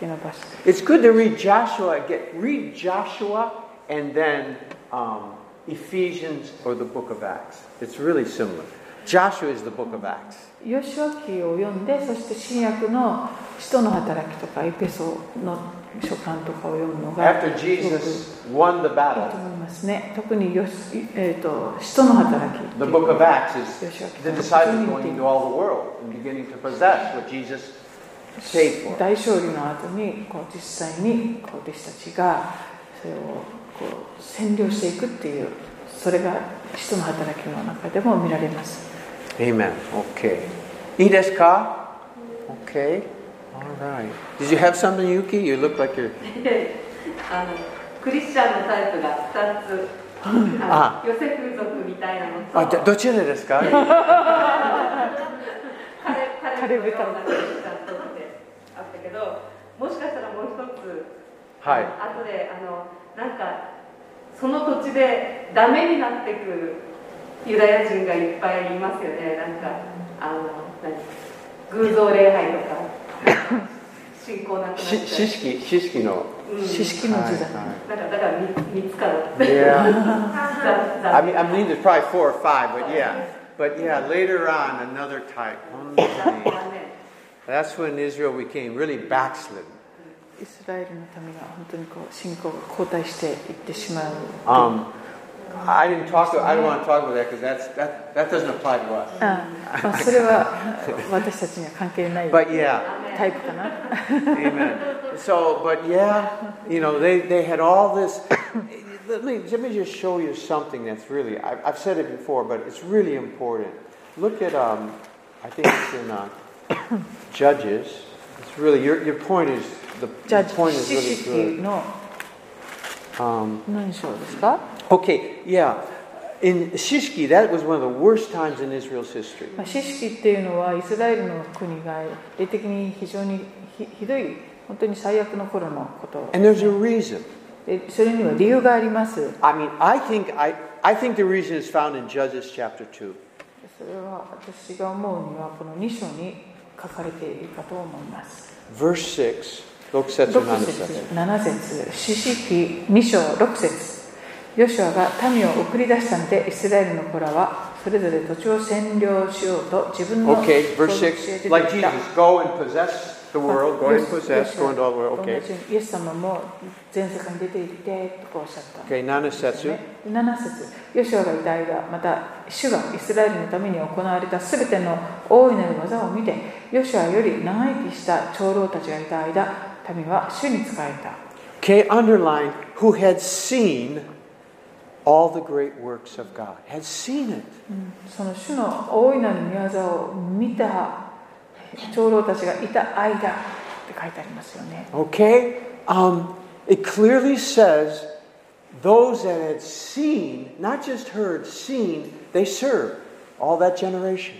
Speaker 2: きな場所
Speaker 1: It's good to read Joshua. Get read Joshua and then um, Ephesians or the Book of Acts. It's really similar. Joshua is the Book of Acts.
Speaker 2: 吉脇を読んでそして新約の使徒の働きとかエペソの書簡とかを読むのが
Speaker 1: After
Speaker 2: す
Speaker 1: Jesus won the
Speaker 2: ごくいいと
Speaker 1: battle,
Speaker 2: 思いますね特によし、えー、と使徒の働きっていう
Speaker 1: the Book of Acts is
Speaker 2: 吉脇
Speaker 1: the
Speaker 2: さん
Speaker 1: disciples going into all the world and beginning to possess what Jesus paid for.
Speaker 2: 大勝利の後にこう実際にこう弟子たちがそれをこう占領していくっていうそれが使徒の働きの中でも見られます
Speaker 1: Amen. Okay. いいですか ?Okay. Alright. Did you have something, Yuki? You look like you're.
Speaker 3: であのクリスチャンのタイプが2つ
Speaker 1: あ
Speaker 3: あのヨセフ族みたいなのと
Speaker 1: あ、じゃどちらですか
Speaker 3: カレ
Speaker 2: カ
Speaker 3: カ
Speaker 2: レ
Speaker 3: レ
Speaker 2: ブ
Speaker 3: ブ
Speaker 2: タ
Speaker 3: タのクリスチャンとってあったけどもしかしたらもう一つ
Speaker 1: はい
Speaker 3: あとであのなんかその土地でダメになってくユダヤ人がいっぱいいますよねなんかあの何偶像礼拝とか 信仰なくなっちゃ
Speaker 1: し
Speaker 3: う
Speaker 1: 知識、知識の。
Speaker 3: うん
Speaker 2: 知識の時代、
Speaker 3: なんかだからみ三つかな
Speaker 1: Yeah.
Speaker 3: ざざ
Speaker 1: I mean, I mean, there's probably four or five, but yeah. But yeah, later on, another type. 本当に
Speaker 3: 残念
Speaker 1: That's when Israel became really backslidden.
Speaker 2: イスラエルの民が本当にこう信仰が後退していってしまう
Speaker 1: Um, I didn't talk. I don't want to talk about that because that's that that doesn't apply to us.
Speaker 2: あまあ、それは私たちには関係ない
Speaker 1: But yeah,
Speaker 2: タイプかな
Speaker 1: amen. So, but yeah, you know, they they had all this. Let me let me just show you something that's really. I've, I've said it before, but it's really important. Look at um, I think it's in uh, Judges. It's really your your point is the
Speaker 2: じゃあ
Speaker 1: your point
Speaker 2: 七
Speaker 1: is really
Speaker 2: 子ってい
Speaker 1: good.
Speaker 2: うの
Speaker 1: Um,
Speaker 2: 何章ですか、
Speaker 1: okay, yeah. In Shishki, that was one of the worst times in Israel's history.
Speaker 2: まあ、四式っていうのはイスラエルの国が霊的に非常にひひどい本当に最悪の頃のこと
Speaker 1: And there's a reason.
Speaker 2: でそれには理由があります
Speaker 1: I mean, I think I, I think the reason is found in Judges chapter two.
Speaker 2: それは私が思うにはこの2章に書かれているかと思います
Speaker 1: Verse six.
Speaker 2: 6
Speaker 1: Loksetsu
Speaker 2: 節
Speaker 1: Hanasatsu.
Speaker 2: 7節四式2章6節ヨシュアが民を送り出したのでイスラエルの子らはそれぞれ土地を占領しようと自分の
Speaker 1: Okay,
Speaker 2: 土
Speaker 1: verse
Speaker 2: 地を教え
Speaker 1: six.
Speaker 2: て
Speaker 1: Like
Speaker 2: きた
Speaker 1: Jesus, go and possess the
Speaker 2: まあ
Speaker 1: world. Go
Speaker 2: イ
Speaker 1: and
Speaker 2: エス
Speaker 1: possess.
Speaker 2: イエス
Speaker 1: Go into all the world.
Speaker 2: 同
Speaker 1: Okay.
Speaker 2: じようにイエス様も全世界に出ていってとこうおっしゃったんで
Speaker 1: Okay.
Speaker 2: すね
Speaker 1: Nanasetsu.
Speaker 2: 7節ヨシュアがいた間また主がイスラエルのために行われたすべての大いなる技を見てヨシュアより長生きした長老たちがいた間民は主に仕えた
Speaker 1: Okay. Underline. Who had seen all the great works of God? Had seen it.
Speaker 2: その主の大いなる宮沢を見た長老たちがいた間って書いてありますよね
Speaker 1: Okay. Um, it clearly says those that had seen, not just heard, seen, they served all that generation.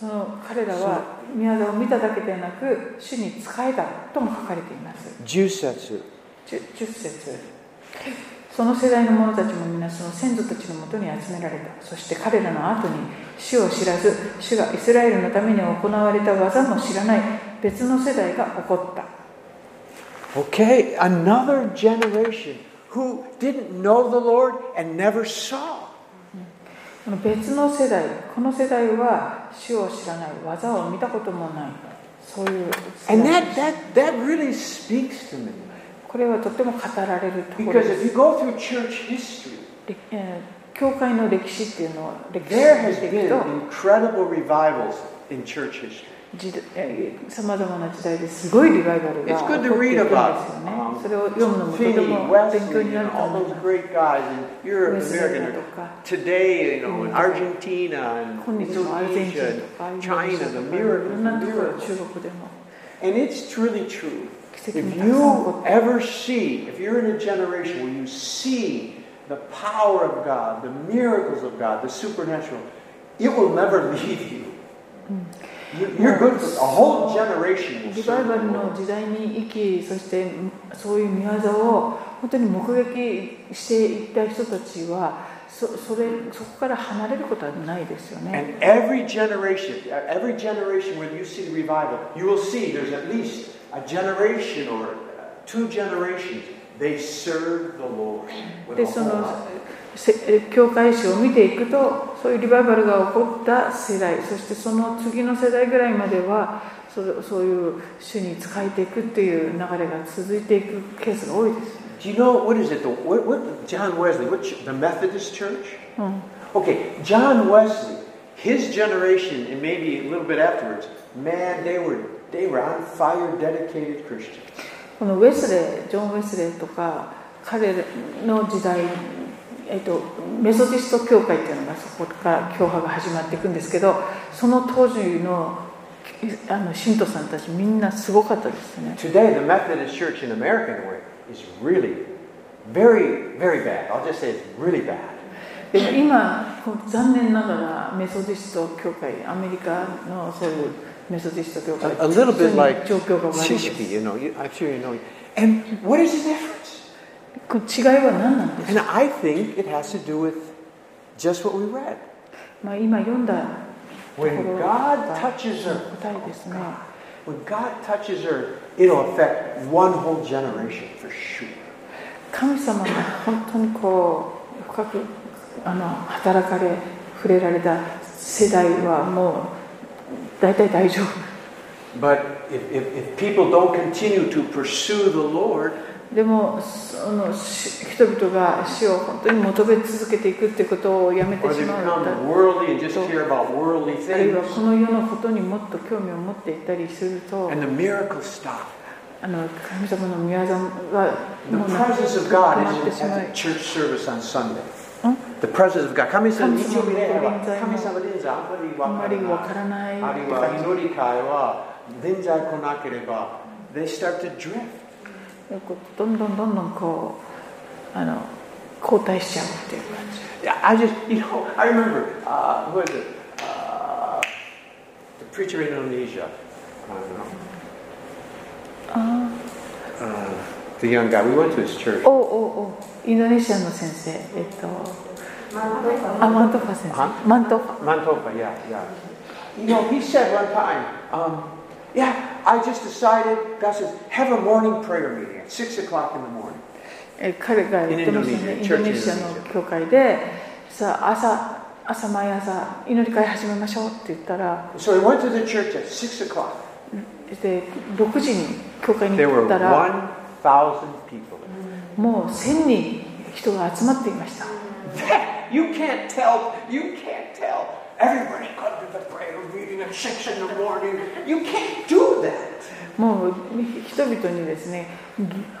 Speaker 2: その彼らは宮沢を見ただけでなく主に仕えたとも書かれています
Speaker 1: Jusetsu.
Speaker 2: 10, 10節その世代の者たちも皆その先祖たちのもとに集められたそして彼らの後に主を知らず主がイスラエルのために行われた技も知らない別の世代が起こった
Speaker 1: Okay, another generation who didn't know the Lord and never saw.
Speaker 2: この別の世代この世代は主を知らない技を見たこともないそういう世
Speaker 1: And
Speaker 2: 代
Speaker 1: that, that, that really speaks to me.
Speaker 2: これはとても語られるところ
Speaker 1: Because
Speaker 2: で
Speaker 1: if you
Speaker 2: す
Speaker 1: go through church history,
Speaker 2: でえー教会の歴史っていうのは歴史
Speaker 1: there
Speaker 2: を見
Speaker 1: has
Speaker 2: ていく
Speaker 1: been
Speaker 2: と
Speaker 1: incredible revivals in church history.
Speaker 2: さまざまな時代ですごいリバイバルが起
Speaker 1: It's
Speaker 2: こってい
Speaker 1: good
Speaker 2: るん
Speaker 1: to read
Speaker 2: ですよね
Speaker 1: about.
Speaker 2: それを読むのもとて
Speaker 1: Finney,
Speaker 2: も勉強
Speaker 1: Wesley, and
Speaker 2: になると
Speaker 1: all
Speaker 2: 思い
Speaker 1: those
Speaker 2: ます
Speaker 1: great guys in
Speaker 2: ウ
Speaker 1: Europe,
Speaker 2: ェスレ
Speaker 1: America,
Speaker 2: ーと
Speaker 1: and
Speaker 2: か
Speaker 1: today, you know, in Argentina
Speaker 2: 今
Speaker 1: and
Speaker 2: 日のアルゼンチン
Speaker 1: Indonesia,
Speaker 2: とかイ
Speaker 1: China, the
Speaker 2: ンドネシアとかいろんな
Speaker 1: miracle,
Speaker 2: ところ
Speaker 1: miracle.
Speaker 2: 中国でも
Speaker 1: And it's truly true.
Speaker 2: 奇跡
Speaker 1: If
Speaker 2: もたくさん起
Speaker 1: you
Speaker 2: こって
Speaker 1: ever see, if you're in a generation where you see the power of God, the miracles of God, the supernatural, it will never leave you. You- You're good for a whole generation. will
Speaker 2: リバイ
Speaker 1: serve
Speaker 2: バ
Speaker 1: Hmm. the
Speaker 2: ルの
Speaker 1: Lord.
Speaker 2: 時代に生きそしてそういう宮沢を本当に目撃していった人たちはそそれそこから離れることはないですよね。
Speaker 1: And every generation, every generation when you see the revival, you will see there's at least a generation or uh, two generations, they serve the Lord. with
Speaker 2: で
Speaker 1: a
Speaker 2: そ
Speaker 1: whole
Speaker 2: の
Speaker 1: heart.
Speaker 2: せえ教会史を見ていくとそういうリバイバルが起こった世代そしてその次の世代ぐらいまではそそういう主に仕えていくっていう流れが続いていくケースが多いです、
Speaker 1: Do you know what is it? The, what, what, John Wesley, what, ch- the Methodist Church?
Speaker 2: うん
Speaker 1: Okay, John Wesley, his generation, and maybe a little bit afterwards, man, they were they were on fire, dedicated Christians.
Speaker 2: このウェスレージョン・ウェスレーとか彼の時代えっと、メソディスト教会っていうのがそこから教派が始まっていくんですけどその当時のあの信徒さんたちみんなすごかったですね
Speaker 1: Today, the Methodist Church in America in a way, is really very, very bad. I'll just say it's really bad.
Speaker 2: でも今こう残念ながらメソディスト教会アメリカのそういうメソディスト教会
Speaker 1: A, a little
Speaker 2: 普通
Speaker 1: bit
Speaker 2: に
Speaker 1: like
Speaker 2: 状況が悪いです
Speaker 1: Shishki, you know. You, I'm sure you know. And what is the difference?
Speaker 2: こう違いは何なんですか、
Speaker 1: And I think it has to do with just what we read.
Speaker 2: まあ、今読んだところ
Speaker 1: When
Speaker 2: が
Speaker 1: God touches her,
Speaker 2: 答えですね
Speaker 1: when God touches her, it'll affect one whole generation for sure.
Speaker 2: 神様が本当にこう深くあの働かれ触れられた世代はもう大体大丈夫
Speaker 1: But if, if, if people don't continue to pursue the Lord,
Speaker 2: でもそのし人々が死を本当に求め続けていくってことをやめて
Speaker 1: or
Speaker 2: し
Speaker 1: they
Speaker 2: まうんだ
Speaker 1: become worldly and just
Speaker 2: So-
Speaker 1: care about worldly
Speaker 2: あるいは
Speaker 1: things,
Speaker 2: この世のことにもっと興味を持っていったりすると
Speaker 1: and the miracles stop.
Speaker 2: あの神様の宮様は
Speaker 1: The
Speaker 2: もうなく
Speaker 1: presence of
Speaker 2: な
Speaker 1: God
Speaker 2: って
Speaker 1: is
Speaker 2: しま
Speaker 1: at
Speaker 2: い
Speaker 1: the church service on Sunday.
Speaker 2: ん
Speaker 1: The presence of God. 神様
Speaker 2: 神様の
Speaker 1: 日曜日礼拝は
Speaker 2: 臨
Speaker 1: 神
Speaker 2: 在の
Speaker 1: 様臨在あんまり
Speaker 2: あんまりわ
Speaker 1: わか
Speaker 2: か
Speaker 1: ら
Speaker 2: らな
Speaker 1: ないい。あるいは祈り会は臨在来なければ、they start to drift.
Speaker 2: こうどんどんどんどんこうあの後退しちゃうっていう感じ
Speaker 1: Yeah, I just, you know, I remember, uh, who is it? Uh, the preacher in Indonesia. I don't know.
Speaker 2: あ
Speaker 1: Uh, the young guy. We went to his church.
Speaker 2: あおうおうおうインドネシアの先生えっとあマントファ先
Speaker 1: あ
Speaker 2: 生マントファ
Speaker 1: Mantopa, yeah, yeah. You know, he said one time, um, yeah, I just decided, God says, have a morning prayer meeting at 6 o'clock in the morning.
Speaker 2: え彼が言ってましたね
Speaker 1: In Indonesia,
Speaker 2: インドネシア
Speaker 1: Church in
Speaker 2: の
Speaker 1: Indonesia.
Speaker 2: 教会でさあ朝朝毎朝祈り会始めましょうって言ったら
Speaker 1: So he went to the church at 6 o'clock.
Speaker 2: で6時に教会に
Speaker 1: There were
Speaker 2: 行ったら
Speaker 1: 1,000 people.
Speaker 2: もう1000人人が集まっていました
Speaker 1: That, you can't tell, you can't tell. Everybody come to the prayer meeting at 6 in the morning. You can't do that.
Speaker 2: もう人々にですね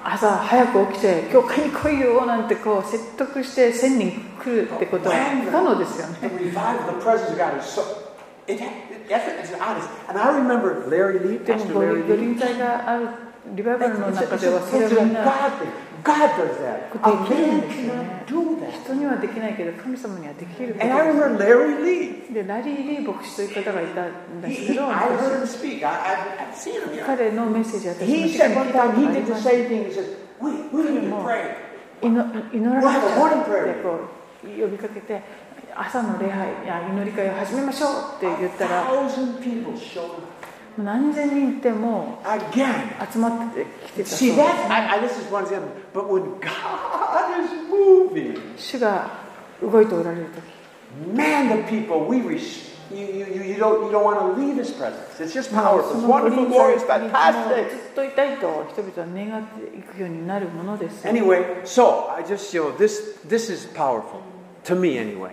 Speaker 2: 朝早く起きて教会に来いよなんてこう説得して1000人来るってことは不可能ですよ
Speaker 1: The
Speaker 2: ね
Speaker 1: revival, the presence of God is so, it, it, it's honest. And I remember Larry Lee,
Speaker 2: でも
Speaker 1: Pastor
Speaker 2: こうい
Speaker 1: Larry
Speaker 2: う
Speaker 1: Lee.
Speaker 2: ドリン隊があるリバイバルの
Speaker 1: It's a-
Speaker 2: 中
Speaker 1: it's
Speaker 2: では
Speaker 1: a-
Speaker 2: それ
Speaker 1: it's a
Speaker 2: はみんな
Speaker 1: God thing. God does that.
Speaker 2: Could
Speaker 1: A
Speaker 2: they do
Speaker 1: man cannot do
Speaker 2: this, yeah.
Speaker 1: that.
Speaker 2: 人にはできないけど神様にはできること
Speaker 1: And I remember Larry Lee.
Speaker 2: でラリー・リー牧師という方がいたん
Speaker 1: He,
Speaker 2: ですけ
Speaker 1: he,
Speaker 2: ど
Speaker 1: I heard him speak. I, I've, I've seen him. you know.
Speaker 2: 彼のメッセージ私も
Speaker 1: He
Speaker 2: 聞い
Speaker 1: said
Speaker 2: たこ
Speaker 1: one
Speaker 2: とが
Speaker 1: time, he
Speaker 2: あり
Speaker 1: did
Speaker 2: ま
Speaker 1: the
Speaker 2: す
Speaker 1: same thing. He said, we, we need to pray.
Speaker 2: 祈祈らなくてってこう呼びかけて朝の礼拝や祈り会を始めましょうって言
Speaker 1: A
Speaker 2: ったら
Speaker 1: thousand people showed up.
Speaker 2: 何千人っても
Speaker 1: Again.
Speaker 2: う集まってきてたそう
Speaker 1: See,
Speaker 2: です
Speaker 1: that, I, I, this is one example. But when God is moving,
Speaker 2: 主が動いておられる時
Speaker 1: man, the people, we res- you, you, you, you don't, you don't want to leave his presence. It's just
Speaker 2: そ
Speaker 1: powerful. It's
Speaker 2: の五
Speaker 1: wonderful,
Speaker 2: 輪祭
Speaker 1: glorious,
Speaker 2: にも
Speaker 1: fantastic.
Speaker 2: ずっといたいと人々は願っていくようになるものですよ
Speaker 1: Anyway, so I just you know this this is powerful to me anyway.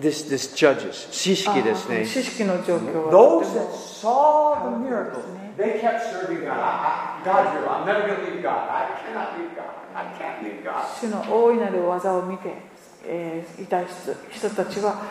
Speaker 1: This this judges
Speaker 2: あー
Speaker 1: 知識ですね。
Speaker 2: 知識の状況は
Speaker 1: Those that saw the miracles, they kept serving God. I, I, God's real. I'm never going to leave God. I cannot leave God. I can't leave God.
Speaker 2: 主の大いなる技を見て、えーいた人人たちは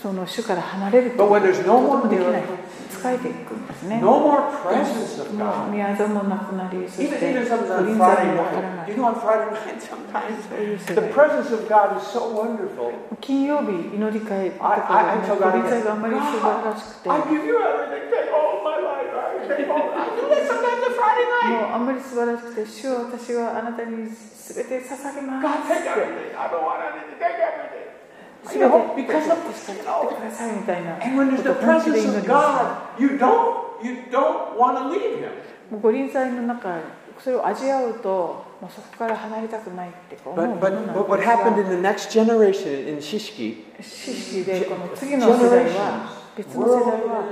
Speaker 2: その主から離れると
Speaker 1: But when there's no
Speaker 2: こと
Speaker 1: more
Speaker 2: できない
Speaker 1: miracles,
Speaker 2: 仕えていくんですね
Speaker 1: no more presence of
Speaker 2: もう
Speaker 1: God.
Speaker 2: 宮座もなくなりそし
Speaker 1: Even
Speaker 2: て
Speaker 1: even
Speaker 2: 臨
Speaker 1: sometimes
Speaker 2: 座
Speaker 1: on
Speaker 2: も
Speaker 1: Friday
Speaker 2: わからな
Speaker 1: night,
Speaker 2: い
Speaker 1: you know on Friday night sometimes
Speaker 2: そういう世
Speaker 1: the
Speaker 2: 代
Speaker 1: presence of God is so wonderful.
Speaker 2: 金曜日祈り会とか
Speaker 1: I- I- I
Speaker 2: ね
Speaker 1: told God,
Speaker 2: 臨座があまり素晴らしくても
Speaker 1: I give you everything. Take all of my life. I take all. I do that sometimes on Friday night.
Speaker 2: うあんまり素晴らしくて主は私はあなたに全て捧げます
Speaker 1: God,
Speaker 2: っ
Speaker 1: take
Speaker 2: て
Speaker 1: everything. I don't want anything. Take everything.
Speaker 2: 全
Speaker 1: You
Speaker 2: て
Speaker 1: know,
Speaker 2: 生か
Speaker 1: because
Speaker 2: し
Speaker 1: of
Speaker 2: て
Speaker 1: this, you know.
Speaker 2: 使ってくださいみたいな
Speaker 1: And when there's
Speaker 2: こと
Speaker 1: the
Speaker 2: を本気で
Speaker 1: presence
Speaker 2: 祈
Speaker 1: of
Speaker 2: ります
Speaker 1: God, you don't, you don't want to leave Him.
Speaker 2: もう五輪祭の中それを味わうと、まあ、そこから離れたくないってこう思う
Speaker 1: But
Speaker 2: ものなん
Speaker 1: but but what
Speaker 2: です
Speaker 1: happened in
Speaker 2: が
Speaker 1: the next generation in Shishki?
Speaker 2: 獅子でこの次の世代は別の世代は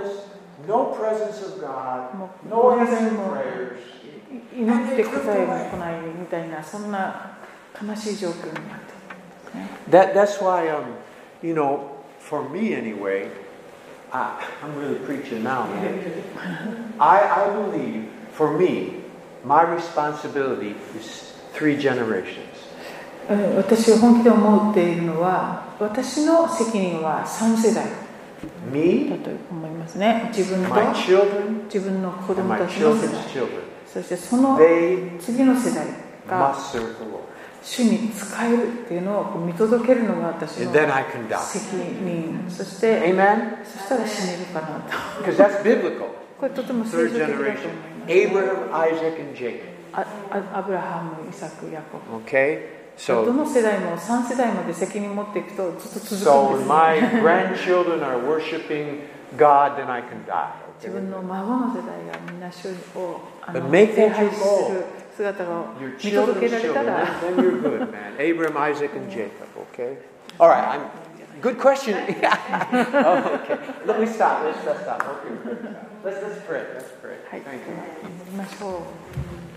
Speaker 1: no presence of God,
Speaker 2: もう
Speaker 1: no
Speaker 2: 五輪
Speaker 1: answering
Speaker 2: も
Speaker 1: prayers.
Speaker 2: 祈って答えも来ないみたいなそんな悲しい状況になってる、ね
Speaker 1: That that's why um, you know, for me anyway, I, I'm really preaching now. Man. I I believe for me, my responsibility is three generations.
Speaker 2: うん私が本気で思っているのは私の責任は3世代だ
Speaker 1: Me,
Speaker 2: と思いますね自分と
Speaker 1: my children,
Speaker 2: 自分の子
Speaker 1: and
Speaker 2: 供
Speaker 1: my
Speaker 2: たちの世代
Speaker 1: children's children.
Speaker 2: そしてその
Speaker 1: They
Speaker 2: 次の世代が
Speaker 1: must serve the Lord.
Speaker 2: 主に使えるっていうのをこう見届けるのが私の
Speaker 1: And
Speaker 2: 責
Speaker 1: then I can die.
Speaker 2: 任そして
Speaker 1: Amen?
Speaker 2: そしたら死ねるかなと
Speaker 1: Because that's biblical.
Speaker 2: これとても聖
Speaker 1: Third
Speaker 2: 書的だと思います
Speaker 1: generation. Abraham, Isaac, and Jacob.
Speaker 2: ああアブラハムイサクヤコブ
Speaker 1: Okay?
Speaker 2: ど
Speaker 1: So,
Speaker 2: の世代も3世代まで責任持っていくとずっと続くんですよ
Speaker 1: so when my grandchildren are worshiping God, then I can die.
Speaker 2: 自
Speaker 1: okay?
Speaker 2: 分の孫の世代がみんな主をあ
Speaker 1: But
Speaker 2: の
Speaker 1: make that
Speaker 2: 礼拝
Speaker 1: your
Speaker 2: す
Speaker 1: goal.
Speaker 2: る姿を
Speaker 1: Your
Speaker 2: 見届け
Speaker 1: children's
Speaker 2: られた
Speaker 1: children.
Speaker 2: ら
Speaker 1: Then, then you're good, man. Abraham, Isaac, and Jacob. Okay? All right. I'm, good question. oh, okay. Let me stop. Let's, let's stop. Okay. Let's, let's pray. Let's pray.
Speaker 2: は
Speaker 1: Thank you.
Speaker 2: い、頑張りましょう。